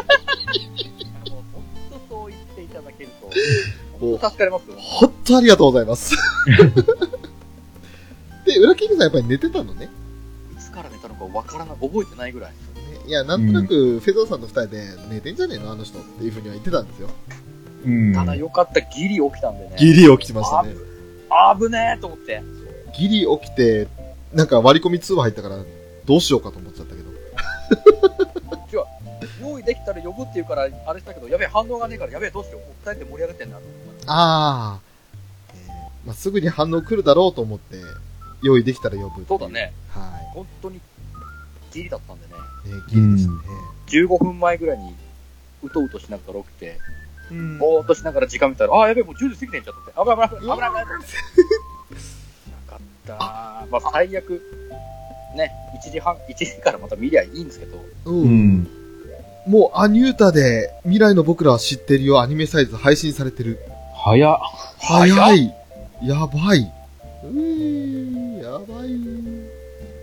Speaker 3: もう本当そう言っていただ けると、本当助かりますよ。
Speaker 1: 本当ありがとうございます。で、裏キングさんやっぱり寝てたのね。
Speaker 3: いつから寝たのかわからない、覚えてないぐらい。
Speaker 1: ねいや、なんとなく、フェザーさんと二人で寝てんじゃねえのあの人っていうふうには言ってたんですよ。
Speaker 2: うん。
Speaker 3: ただよかった、ギリ起きたんでね。
Speaker 1: ギリ起きてましたね。
Speaker 3: 危ねえと思って。
Speaker 1: ギリ起きて、なんか割り込み通話入ったから、どうしようかと思っちゃったけど。
Speaker 3: 用意できたら呼ぶって言うから、あれしたけど、やべえ、反応がねえから、やべえ、どうしよう。二人で盛り上がってんなと思って。
Speaker 1: あー。えーまあ、すぐに反応来るだろうと思って、用意できたら呼ぶってい
Speaker 3: そうだ。ね。
Speaker 1: は
Speaker 3: 本当に、ギリだったんでね。
Speaker 1: い。ね、ギリでしたね。
Speaker 3: 15分前ぐらいに、うとうとしながら起きて、
Speaker 1: うん
Speaker 3: ぼーっとしながら時間見たら、あー、やべえ、もう10時過ぎてんちゃったって。危ない危ない危ない危ない危ない。なかった。まあ、最悪、ね、1時半、1時からまた見りゃいいんですけど、
Speaker 1: う。
Speaker 2: うんん。
Speaker 1: もう、アニュータで、未来の僕らは知ってるよ、アニメサイズ配信されてる。
Speaker 2: 早っ。
Speaker 1: 早い
Speaker 3: 早
Speaker 1: やばいうーやばい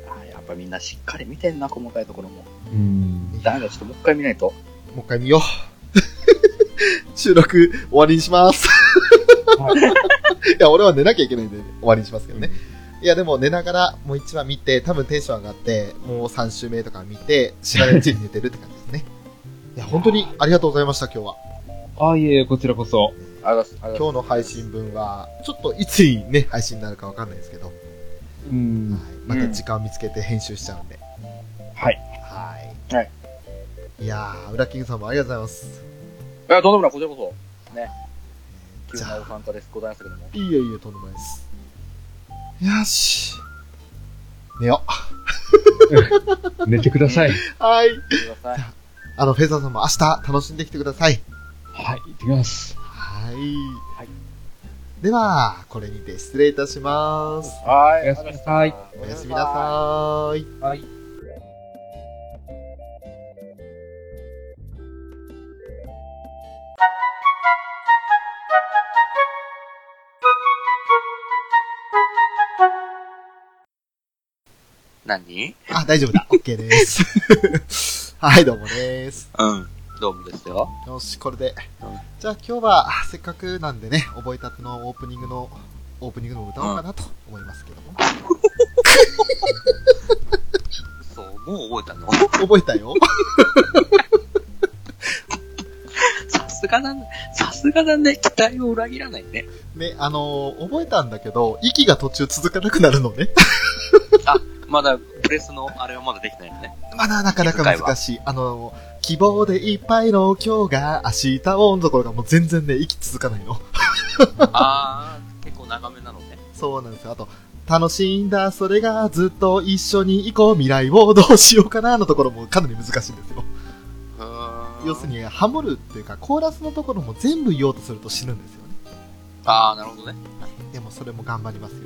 Speaker 3: あーやっぱみんなしっかり見てんな、細かいところも。
Speaker 2: うん。
Speaker 3: ダメだ、ちょっともう一回見ないと。
Speaker 1: もう 一回見よう収録終わりにし ますいや俺は寝なきゃいけないんで終わりにしますけどね、いやでも寝ながらもう一話見て多分テンション上がってもう3週目とか見て知らないうちに寝てるって感じ ですねいや本当にありがとうございました今日は
Speaker 2: ああ、いえいえ、こちらこそ。
Speaker 3: あら、あら、
Speaker 1: 今日の配信分はちょっといつにね配信になるかわかんないですけど、
Speaker 2: うん
Speaker 1: はい、また時間を見つけて編集しちゃうんで
Speaker 2: はい。
Speaker 1: はい。
Speaker 3: はい。
Speaker 1: いやー、裏キングさんもありがとうございます。
Speaker 3: いや、どんでもない、こちらこそ、
Speaker 1: じ
Speaker 3: 急
Speaker 1: ゃ
Speaker 3: なお
Speaker 1: あ、
Speaker 3: 参加です。ございましたけども。
Speaker 1: いいよいいよ、とんでもないです。よし。寝よう。
Speaker 2: 寝てくださ い。
Speaker 1: はい。
Speaker 3: 見てください。
Speaker 1: あの、フェザーさんも明日楽しんできてください。
Speaker 2: はい、行ってきます。
Speaker 1: はい。
Speaker 3: はい
Speaker 1: では、これにて失礼いたします。
Speaker 3: は
Speaker 2: おやすみなさい。
Speaker 1: おやすみなさーい。
Speaker 2: はい。
Speaker 3: 何
Speaker 1: あ、大丈夫だ。OK です。はい、どうもです。
Speaker 3: うん。どうもですよ。
Speaker 1: よし、これで
Speaker 3: うん。
Speaker 1: じゃあ今日は、せっかくなんでね、覚えたてのオープニングの、オープニングの歌おうかなと思いますけども。
Speaker 3: そう、もう覚えたの
Speaker 1: 覚えたよ。
Speaker 3: さすがだね。さすがだね。期待を裏切らないね。
Speaker 1: ね、あのー覚えたんだけど、息が途中続かなくなるのね。
Speaker 3: まだ、プレスのあれはまだできないのね。
Speaker 1: まだなかなか難しい。あのー希望でいっぱいの今日が明日をのところがもう全然ね、息続かないの。
Speaker 3: あー、結構長めなのね。
Speaker 1: そうなんですよ。あと、楽しいんだ、それがずっと一緒に行こう、未来をどうしようかなのところもかなり難しいんですよ。
Speaker 3: うーん
Speaker 1: 要する。に、ハモるっていうか、コーラスのところも全部言おうとすると死ぬんですよね。
Speaker 3: あー、なるほどね。
Speaker 1: でもそれも頑張りますよ。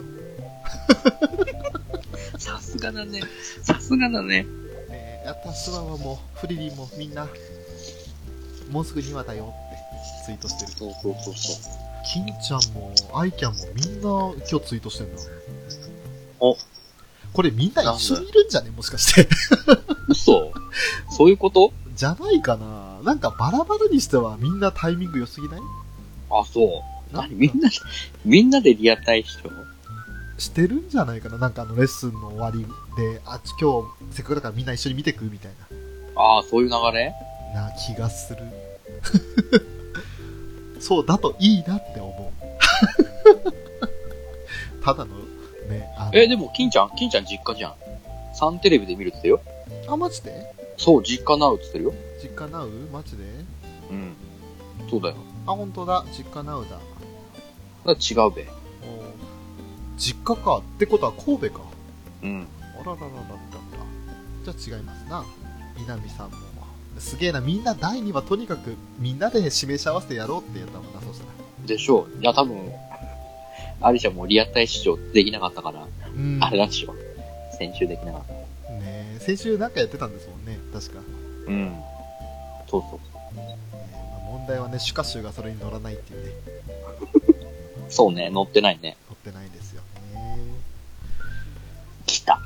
Speaker 3: さすがだね。さすがだね。
Speaker 1: えー、やった、スワワも、フリリンもみんな、もうすぐ2話だよってツイートしてる。
Speaker 3: そうそうそうそう。
Speaker 1: 金ちゃんも、愛ちゃんもみんな今日ツイートしてんだ。
Speaker 3: お
Speaker 1: これみんな一緒にいるんじゃねもしかして。
Speaker 3: 嘘そういうこと
Speaker 1: じゃないかななんかバラバラにしてはみんなタイミング良すぎない
Speaker 3: あ、そう。
Speaker 1: な
Speaker 3: 何みんな、みんなでリアタイしよう。
Speaker 1: してるんじゃないかななんかあのレッスンの終わりで、あ、今日せっかくだからみんな一緒に見てくみたい
Speaker 3: ああ、そういう流れ
Speaker 1: な、な気がする。 そうだといいなって思う。 ただの、ね、あの
Speaker 3: え、でも、金ちゃん金ちゃん実家じゃん。サンテレビで見るって言ってよ。
Speaker 1: あ、マジで
Speaker 3: そう、実家なうって言ってるよ。
Speaker 1: 実家なうマジで
Speaker 3: うん。そうだよ。
Speaker 1: あ、本当だ。実家なうだ。
Speaker 3: だから違う
Speaker 1: お
Speaker 3: べ。
Speaker 1: ー実家か。ってことは神戸か。
Speaker 3: うん。
Speaker 1: あららららららら。じゃあ違いますな。南さんも。すげえな。みんな第2話とにかくみんなで示し合わせてやろうってやったもんな。そうしたら。
Speaker 3: でしょう。いや、多分、アリシャもリアタイ出場できなかったから、
Speaker 1: うん
Speaker 3: あれなんでしょ。先週できなかった。
Speaker 1: ねえ先週なんかやってたんですもんね、確か。ね
Speaker 3: うん。そうそう。
Speaker 1: えまあ問題はね、シュカシュがそれに乗らないっていうね、
Speaker 3: そうね、乗ってないね。
Speaker 1: 乗ってないんですよね。
Speaker 3: 来た。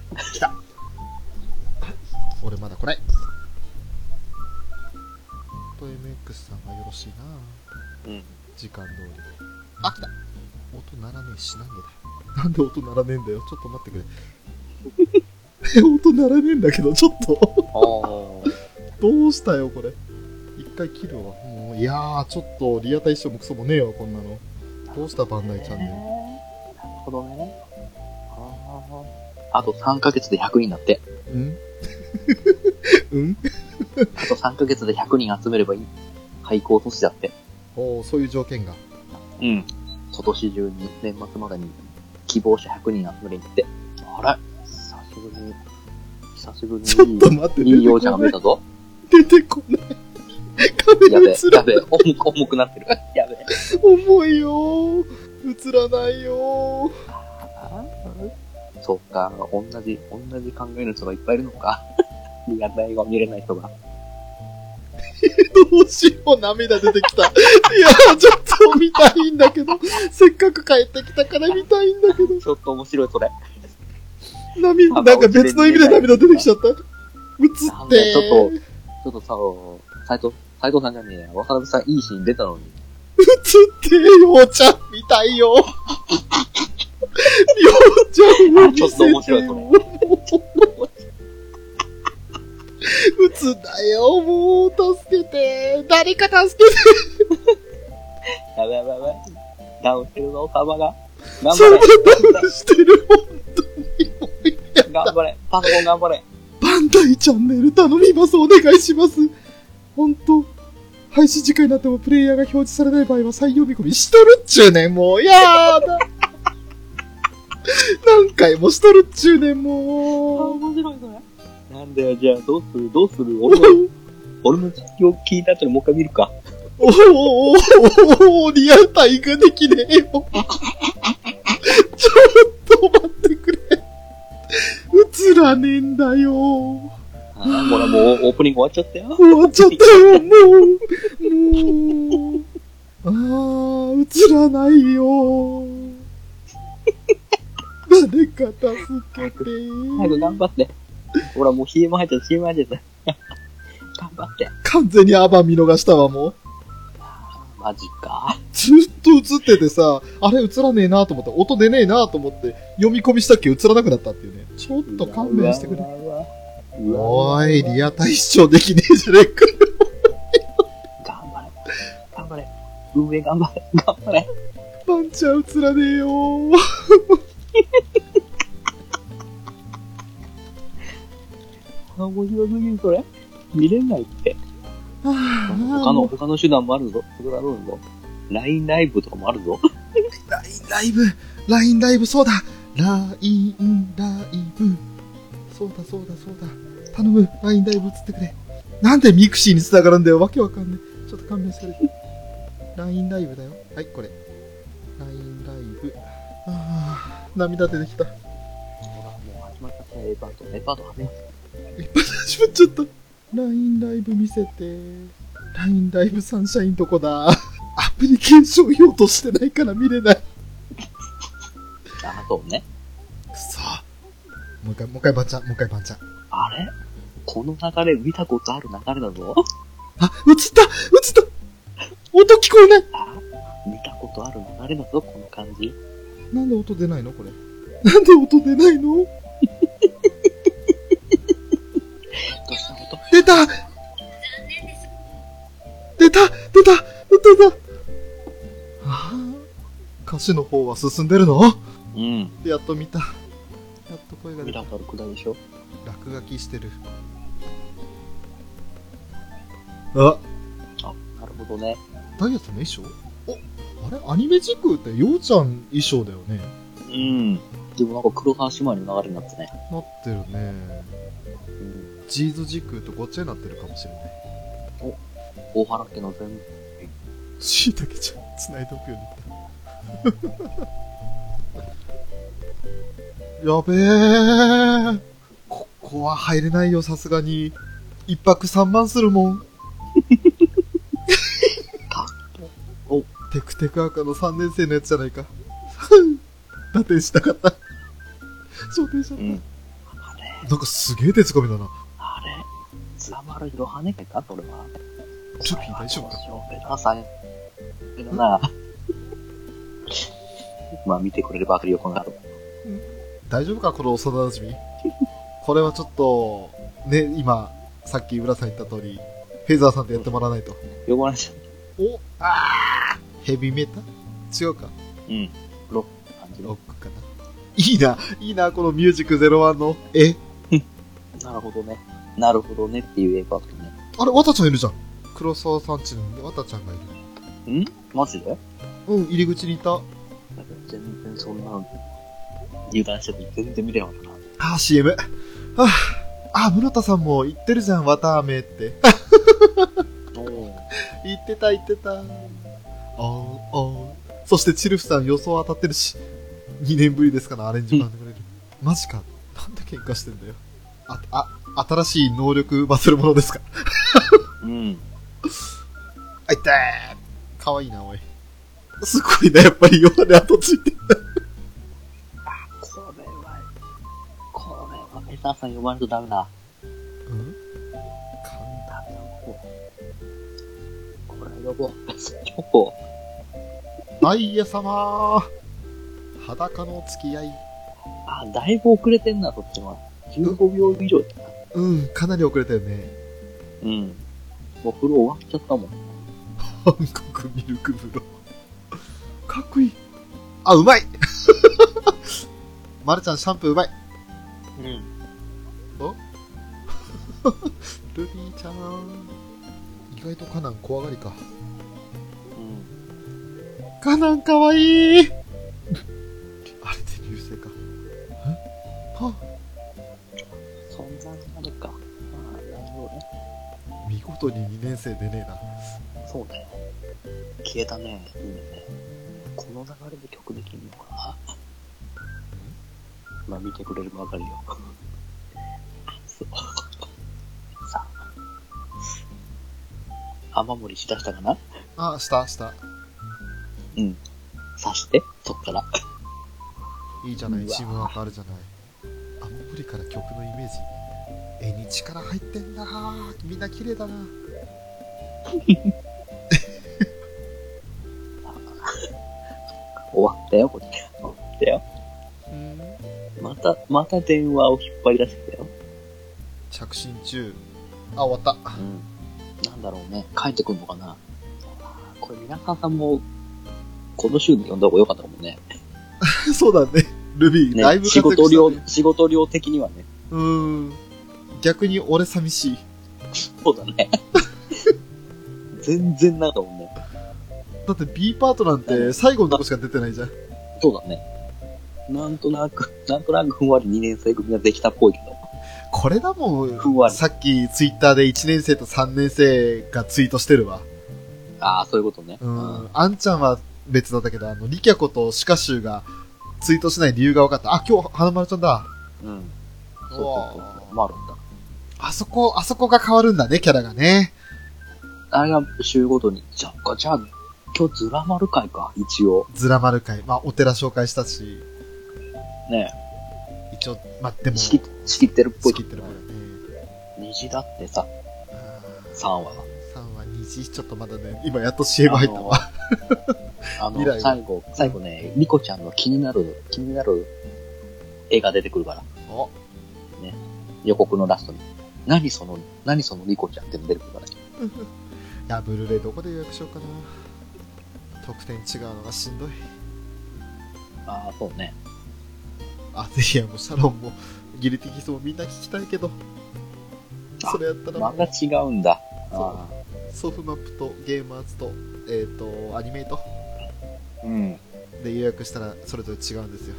Speaker 1: 俺まだこれ。と MX さんがよろしいな
Speaker 3: うん。
Speaker 1: 時間通り。あ、来た音鳴らねえし、なんでだよ。なんで音鳴らねえんだよ。ちょっと待ってくれ。え 音鳴らねえんだけど、ちょっと。
Speaker 3: おー。
Speaker 1: どうしたよ、これ。一回切るわ。もういやー、ちょっと、リアタイしてもクソもねえわ、こんなの。どうした、バンダイチャンネル。
Speaker 3: なるほどね。あーあと3ヶ月で100人だって。
Speaker 1: うん うん
Speaker 3: あと3ヶ月で100人集めればいい。廃校都市だって。
Speaker 1: おーそういう条件が。
Speaker 3: うん。今年中に、年末までに、希望者100人集めるんだって。あら久しぶりに、久しぶりに。
Speaker 1: ちょっと待って、
Speaker 3: いいよう
Speaker 1: 出て
Speaker 3: ちゃん
Speaker 1: こな
Speaker 3: が見
Speaker 1: い。
Speaker 3: たぞ。
Speaker 1: 出てこない。
Speaker 3: や
Speaker 1: 画
Speaker 3: べ
Speaker 1: 面
Speaker 3: え
Speaker 1: 映、
Speaker 3: や
Speaker 1: ら
Speaker 3: べえ、重く、重くなってる。やべえ。
Speaker 1: 重いよー。映らないよー。
Speaker 3: そっか、同じ、同じ考えの人がいっぱいいるのか。 リアタイが見れない人が。
Speaker 1: どうしよう、涙出てきた。 いやー、ちょっと見たいんだけど、せっかく帰ってきたから見たいんだけど、
Speaker 3: ちょっと面白い、それ。
Speaker 1: 涙、なんか別の意味で涙出てきちゃった。映っ
Speaker 3: なんだ
Speaker 1: て
Speaker 3: よちょっちょっとさ、斎藤、斎藤さんじゃねえや。渡辺さん、いいシーン出たのに。
Speaker 1: 映ってよ、おちゃん、見たいよ。 ようちゃんを見
Speaker 3: ちょっと面
Speaker 1: せて
Speaker 3: 白
Speaker 1: よ
Speaker 3: いこれ。
Speaker 1: 映んだよ、もう、助けて。誰か助けて。
Speaker 3: やばいやばいやばい。ダウンしてるぞ、様が。頑
Speaker 1: それ
Speaker 3: 張
Speaker 1: ダ
Speaker 3: れ、
Speaker 1: ウンしてる。
Speaker 3: 頑張れ、パソコン頑張れ。
Speaker 1: バンダイチャンネル頼みます。お願いします。ほんと。配信時間になってもプレイヤーが表示されない場合は採用見込みしとるっちゅうねん、もう。やだ。 何回もしとるっちゅうねん、もう。
Speaker 3: 面白い、それ。なんだよ、じゃあ、どうする、どうする。俺の、 俺の実況聞いた後にもう一回見るか。
Speaker 1: おおおおおおリアルタイができねえよ。ちょっと待ってくれ。映らねえんだよ。終
Speaker 3: あーほら、もうオープニング終わっちゃったよ。
Speaker 1: わっちゃったよ、もう。もう。あー、映らない よ。誰か助けて。
Speaker 3: 早く頑張って。ほら、もう CM 入っちゃった、CM 入っちゃった。頑張って。
Speaker 1: 完全にアバン見逃したわ、もう。
Speaker 3: マジか。
Speaker 1: ずっと映っててさ、あれ映らねえなと思った。音出ねえなと思って、読み込みしたっけ映らなくなったっていうね。ちょっと勘弁してくれ。
Speaker 3: うわ。
Speaker 1: おーい、リア対視聴できねえじゃねえか。
Speaker 3: 頑張れ。頑張れ。運営頑張れ。 頑張れ。
Speaker 1: パンチャー映らねえよー。
Speaker 3: あ、面白すぎる、それ。見れないって。他
Speaker 1: 他
Speaker 3: の、。他の手段もあるぞ。それだろうぞ。LINE ライブとかもあるぞ。
Speaker 1: ラインライブ、ラインライブ、そうだ。ラインライブ。そうだそうだそうだ。頼む、ラインライブ映ってくれ。なんでミクシーに繋がるんだよ。わけわかんねえ。ちょっと勘弁してくれ。ラインライブだよ。はい、これ。ラインライブ。ああ、涙出てきた。
Speaker 3: ほら、もう始まっちゃったよ、エヴァート。エヴァート始まっ
Speaker 1: 始まっちゃった。LINE ライブ見せて。LINE ライブサンシャインどこだアプリケーション用としてないから見れない。く
Speaker 3: た。あ、そうね。
Speaker 1: そ。もう一回、もう一回バンチャン、もう一回バンチャン。
Speaker 3: あれこの流れ見たことある流れだぞ。
Speaker 1: あ、映った映った音聞こえない
Speaker 3: あ見たことある流れだぞ、この感じ。
Speaker 1: なんで音出ないのこれ。なんで音出ないの
Speaker 3: どうしたこと
Speaker 1: 出た出た出た出た出たああ歌詞の方は進んでるの
Speaker 3: うん。
Speaker 1: やっと見た。やっと声が
Speaker 3: 見
Speaker 1: 出
Speaker 3: た
Speaker 1: た
Speaker 3: こ。とあるくだりでしょ。
Speaker 1: 落書きしてるあ
Speaker 3: あ、なるほどね。
Speaker 1: ダイヤさんの衣装おあれアニメ時空ってようちゃん衣装だよね
Speaker 3: うん。でもなんか黒沢姉妹の流れになったね。
Speaker 1: なってるね
Speaker 3: うん。
Speaker 1: ジーズ時空とごっちゃになってるかもしれない
Speaker 3: 大原家の全
Speaker 1: しいたけちゃん繋いでおくように やべえ。ここは入れないよ、さすがに。一泊三万するもん。お、テクテク赤の三年生のやつじゃないか。 打点したかった。昇天した。
Speaker 3: うん。
Speaker 1: なんかすげえ手つかみだな。
Speaker 3: あれつなまる色跳ねてたそれは。
Speaker 1: チョッピー大丈夫か
Speaker 3: かょべなさい。べなな。まあ見てくれれば当たるよ、この後。
Speaker 1: 大丈夫かこの幼馴染 みこれはちょっと、ね、今、さっき浦さん言った通り、フェザーさんとやってもらわないと。
Speaker 3: 呼ばれちゃっ
Speaker 1: おあーヘビメタ違うか
Speaker 3: た。うん。ロック感じ
Speaker 1: ロックかな。いいな、いいな、このミュージック01の絵。
Speaker 3: なるほどね。なるほどねっていう映画だね。
Speaker 1: あれ、わたちゃんいるじゃん。黒沢さんちにわたちゃんがいる。
Speaker 3: んマジで
Speaker 1: うん、入り口にいた。あ
Speaker 3: 全然そんなの、油断してて全然見れなかったな。
Speaker 1: ー、CM。はあ、あ、室田さんも言ってるじゃん、わたあめって。言ってた言ってたおうおうそしてチルフさん予想当たってるし2年ぶりですからアレンジ版でくれるマジかなんで喧嘩してんだよああ新しい能力バトルものですか
Speaker 3: うん。
Speaker 1: あいたーかわいいなおいすごいなやっぱりヨハネ後ついて
Speaker 3: これは、これはペターさん呼ばないとダメだ。
Speaker 1: うん
Speaker 3: ダメだ、こう。これ呼ぼう。 呼ぼう。
Speaker 1: ダイヤ様裸のお付き合い
Speaker 3: あ、だいぶ遅れてんな、そっちは。15秒以上だな。
Speaker 1: うんかなり遅れたよね
Speaker 3: うん。もう風呂終わっちゃったもん。
Speaker 1: 韓国ミルク風呂かっこいいあうまい まるちゃんシャンプーうまい
Speaker 3: うん。
Speaker 1: ルビーちゃん意外とカナン怖がりか
Speaker 3: うん。
Speaker 1: カナンかわいいあれで流星かえは
Speaker 3: そんなになるか。まあ、なるほどね。
Speaker 1: 見事に2年生でね
Speaker 3: そうだよ。消えたね。いいね。この流れで曲できるの かな。まあ、見てくれればわかるよ。そう。さあ。雨漏りしだしたかな
Speaker 1: えなあしたした
Speaker 3: うん。刺して、そっから。
Speaker 1: いいじゃな
Speaker 3: う
Speaker 1: い
Speaker 3: わ
Speaker 1: チームワークあるじゃないアモプリから曲のイメージ絵に力入ってんだみんな綺麗だな
Speaker 3: 終わったよ、これ。終わったよ。
Speaker 1: うん
Speaker 3: また、また電話を引っ張り出してきたよ。
Speaker 1: 着信中あ終わった
Speaker 3: うん。なんだろうね。帰ってくるのかなこれ、皆川さんも、この週で呼んだ方が良かったかもね。
Speaker 1: そうだね。ルビー、だい
Speaker 3: ね
Speaker 1: ぶ活
Speaker 3: 仕
Speaker 1: 躍
Speaker 3: 事量
Speaker 1: した、ね。
Speaker 3: 仕事量的にはね。
Speaker 1: うーん。逆に俺寂しい。
Speaker 3: そうだね。 全然なんかもんね。
Speaker 1: だって B パートなんて最後のとこしか出てないじゃん。
Speaker 3: そうだね。なんとなく、なんとなくふんわり2年生組ができたっぽいけど。
Speaker 1: これだもん。
Speaker 3: ふんわり。
Speaker 1: さっきツイッターで1年生と3年生がツイートしてるわ。
Speaker 3: ああ、そういうことね。
Speaker 1: う
Speaker 3: うん
Speaker 1: ん。あんちゃんは別だったけど、あの、リキャコとシカシュウがツイートしない理由が分かった。あ、今日、花丸ちゃんだ。
Speaker 3: うん。そうそうそうそう。
Speaker 1: あ
Speaker 3: まあ、だっ
Speaker 1: そこ、あそこが変わるんだね、キャラがね。
Speaker 3: た。あれが週ごとに、じゃあ、じゃあ、今日ズラ丸会か、一応。
Speaker 1: ズラ丸会。まあ、お寺紹介したし、
Speaker 3: ね
Speaker 1: 一応、まあ、でも、
Speaker 3: 仕切仕切ってるっぽい。
Speaker 1: 仕切ってるからね。
Speaker 3: 虹だってさ、
Speaker 1: あー
Speaker 3: 3話。
Speaker 1: さんは虹ちょっとまだね、今やっと CM 入ったわ。
Speaker 3: あの
Speaker 1: 未来、は
Speaker 3: 最後、最後ね、リコちゃんの気になる、気になる絵が出てくるから、
Speaker 1: お
Speaker 3: 予告のラストに。何その、何そのリコちゃんっての出てくるからね。
Speaker 1: いや、ブルーレイどこで予約しようかな。特典違うのがしんどい。
Speaker 3: ああ、そうね。
Speaker 1: あ、ぜひ、もうシャロンも、ギリティキスもみんな聞きたいけど、
Speaker 3: あ
Speaker 1: それやったら
Speaker 3: ま
Speaker 1: も
Speaker 3: た
Speaker 1: う、
Speaker 3: 違うんだ。
Speaker 1: そう
Speaker 3: あ
Speaker 1: ソフマップとゲーマーズと、えっ、と、アニメイト
Speaker 3: あうん。
Speaker 1: で予約したら、それぞれ違うんですよ。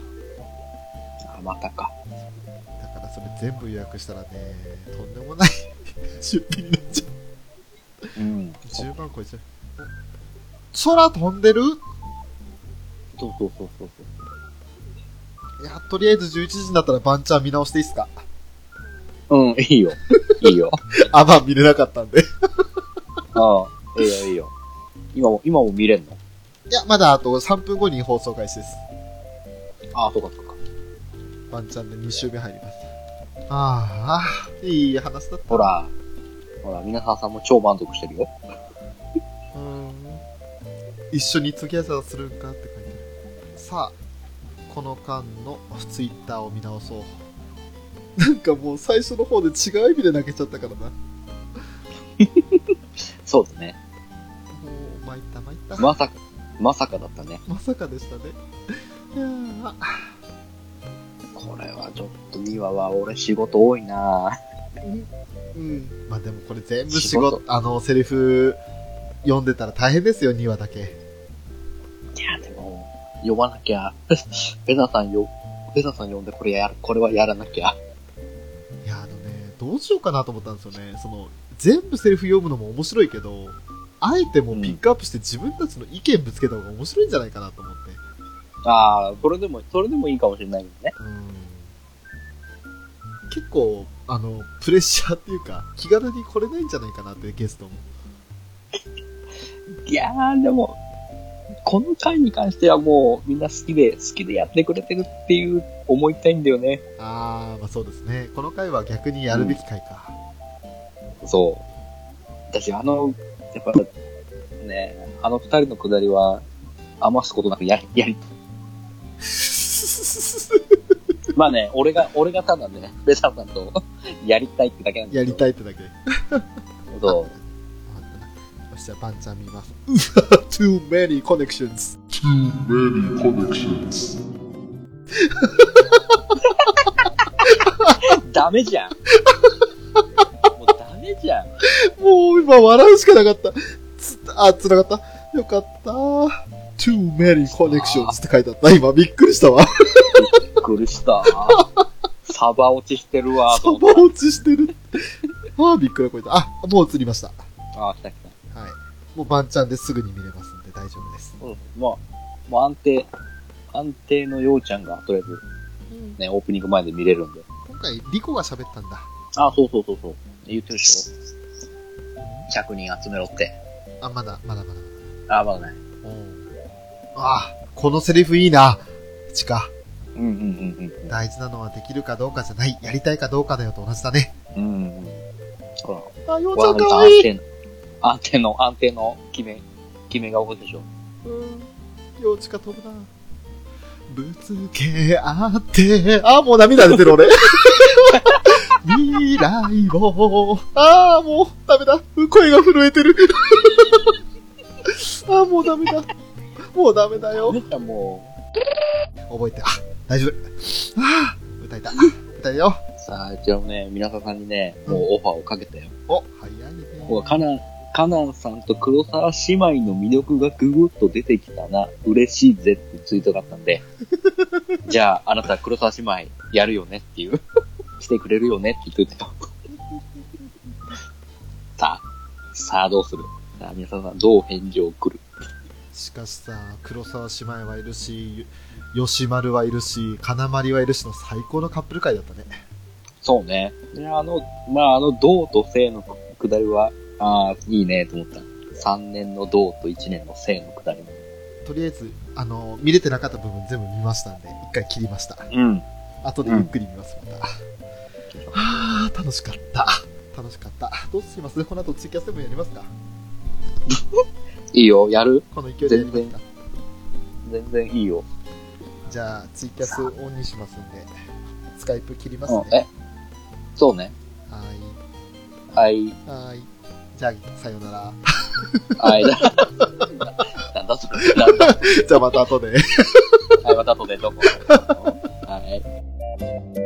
Speaker 3: あまたか。
Speaker 1: だからそれ全部予約したらね、とんでもない 出費になっちゃう。
Speaker 3: うん。そう
Speaker 1: 10万超えちゃう。お空飛んでる
Speaker 3: そうそうそうそ
Speaker 1: い
Speaker 3: う。
Speaker 1: や、とりあえず11時になったらバンチャン見直していいっすか
Speaker 3: うん、いいよ。 いいよ。
Speaker 1: アバン見れなかったんで。
Speaker 3: ああ、いいよ、いいよ。今も、今も見れんの
Speaker 1: いや、まだあと3分後に放送開始です。
Speaker 3: ああ、そうか、そうか。
Speaker 1: バンチャンで2週目入ります。ああ、いい話だった。
Speaker 3: ほ。ら、ほら、皆さんさんも超満足してるよ。
Speaker 1: うん。一緒にトゥギャザーするんかって書いてある。さあ、この間のツイッターを見直そう。なんかもう最初の方で違う意味で泣けちゃったからな。も
Speaker 3: そうだね。
Speaker 1: う、参った参った。
Speaker 3: まさか、まさかだったね。
Speaker 1: まさかでしたね。いやー
Speaker 3: これはちょっと2話は俺仕事多いな
Speaker 1: うん。まあでもこれ全部仕
Speaker 3: 仕
Speaker 1: 事
Speaker 3: 事、
Speaker 1: あの、セリフ読んでたら大変ですよ、2話だけ。
Speaker 3: いや、でも、読まなきゃ。 ベナさんよ、ベナさん読んでこれやる、これはやらなきゃ。
Speaker 1: いや、あのね、どうしようかなと思ったんですよね。その、全部セリフ読むのも面白いけど、あえてもうピックアップして自分たちの意見ぶつけた方が面白いんじゃないかなと思って。
Speaker 3: ああ、それでも、それでもいいかもしれないけどね。
Speaker 1: うん。結構、あの、プレッシャーっていうか、気軽に来れないんじゃないかなって、ゲストも。
Speaker 3: いやー、でも、この回に関してはもうみんな好きで、好きでやってくれてるっていう思いたいんだよね。
Speaker 1: あー、まあそうですね。この回は逆にやるべき回か。
Speaker 3: そう。私、あの、やっぱ、ね、あの二人のくだりは、余すことなくやり、やり、まあね、俺が、俺がただね、ベサさんと やりたいってだけなんだ
Speaker 1: や
Speaker 3: けど
Speaker 1: りたいってだけ。
Speaker 3: そ
Speaker 1: わかったよし、じゃあ、バンちゃん見ます。Too many connections.
Speaker 4: many connections.
Speaker 3: う。ダメじゃんもうダメじゃん。
Speaker 1: もう今笑うしかなかった。つ、あ、つながった。よかった。Too many connections って書いてあった。今、びっくりしたわ。
Speaker 3: 苦した。サバ落ちしてるわ、
Speaker 1: サ
Speaker 3: と
Speaker 1: バ
Speaker 3: 思った。
Speaker 1: 落ちしてる。あー、びっくりこいた。あ、もう映りました。は
Speaker 3: ああ、来た来た。
Speaker 1: い。もうバンちゃんですぐに見れますんで大丈夫です。
Speaker 3: うん、まあ、もう安定、安定のようちゃんが、とりあえず、ね、オープニング前で見れるんで。
Speaker 1: 今回、リコが喋ったんだ。
Speaker 3: あ、そうそうそうそう。言ってるでしょ。100人集めろって。
Speaker 1: あ、まだ、まだまだ。
Speaker 3: あ、まだね。
Speaker 1: おーあー、このセリフいいな。チカ、
Speaker 3: うんうんうん
Speaker 1: 大事なのはできるかどうかじゃない。やりたいかどうかだよと同じだね。
Speaker 3: うん。うんうん。ほら、
Speaker 1: あ、ようちゃ
Speaker 3: わ
Speaker 1: ん
Speaker 3: かる
Speaker 1: か
Speaker 3: と
Speaker 1: わい
Speaker 3: 安
Speaker 1: い。
Speaker 3: 定の、安定の、安定の決め、決めが起こるでしょ。
Speaker 1: うん。ようちか飛ぶな。ぶつけ合って、あ、もう涙出てる俺。未来を、あーもうダメだ。声が震えてる。あーもうダメだ。もうダメだよ。
Speaker 3: めっちゃも
Speaker 1: 覚えて、あ、大丈夫。あー歌えた。歌えたよ。
Speaker 3: う、さあ、一応ね、皆さんにね、もうオファーをかけたよ。
Speaker 1: お、早いね。
Speaker 3: ここはカナン、カナンさんと黒沢姉妹の魅力がぐぐっと出てきたな。嬉しいぜってツイートがあったんで。じゃあ、あなた黒沢姉妹やるよねっていう。来てくれるよねって言ってた。さあ、さあどうするさあ、皆さんどう返事を送る
Speaker 1: しかしさ、黒沢姉妹はいるし、よ吉丸はいるし、金丸はいるしの最高のカップル会だったね。
Speaker 3: そうね。で、あの、まあ、あの、銅と性のくだりは、ああ、いいねと思った。3年の銅と1年の性のくだりも。
Speaker 1: とりあえず、あの、見れてなかった部分全部見ましたんで、一回切りました。
Speaker 3: うん。
Speaker 1: 後でゆっくり見ます、また。はあ、楽しかった。楽しかった。どうしますこの後ツイキャスでもやりますか
Speaker 3: いいよ、やる
Speaker 1: この勢いでやりますか
Speaker 3: 全然いいよ。
Speaker 1: じゃあ、ツイキャスオンにしますんで、スカイプ切ります
Speaker 3: うん、
Speaker 1: ね。
Speaker 3: え、そうね。
Speaker 1: は
Speaker 3: はい、
Speaker 1: い。はい。じゃあ、さようなら。
Speaker 3: はい。 なんだそれ。なんだ。
Speaker 1: じゃあ、また後で。
Speaker 3: はい、また後でどうも。はい。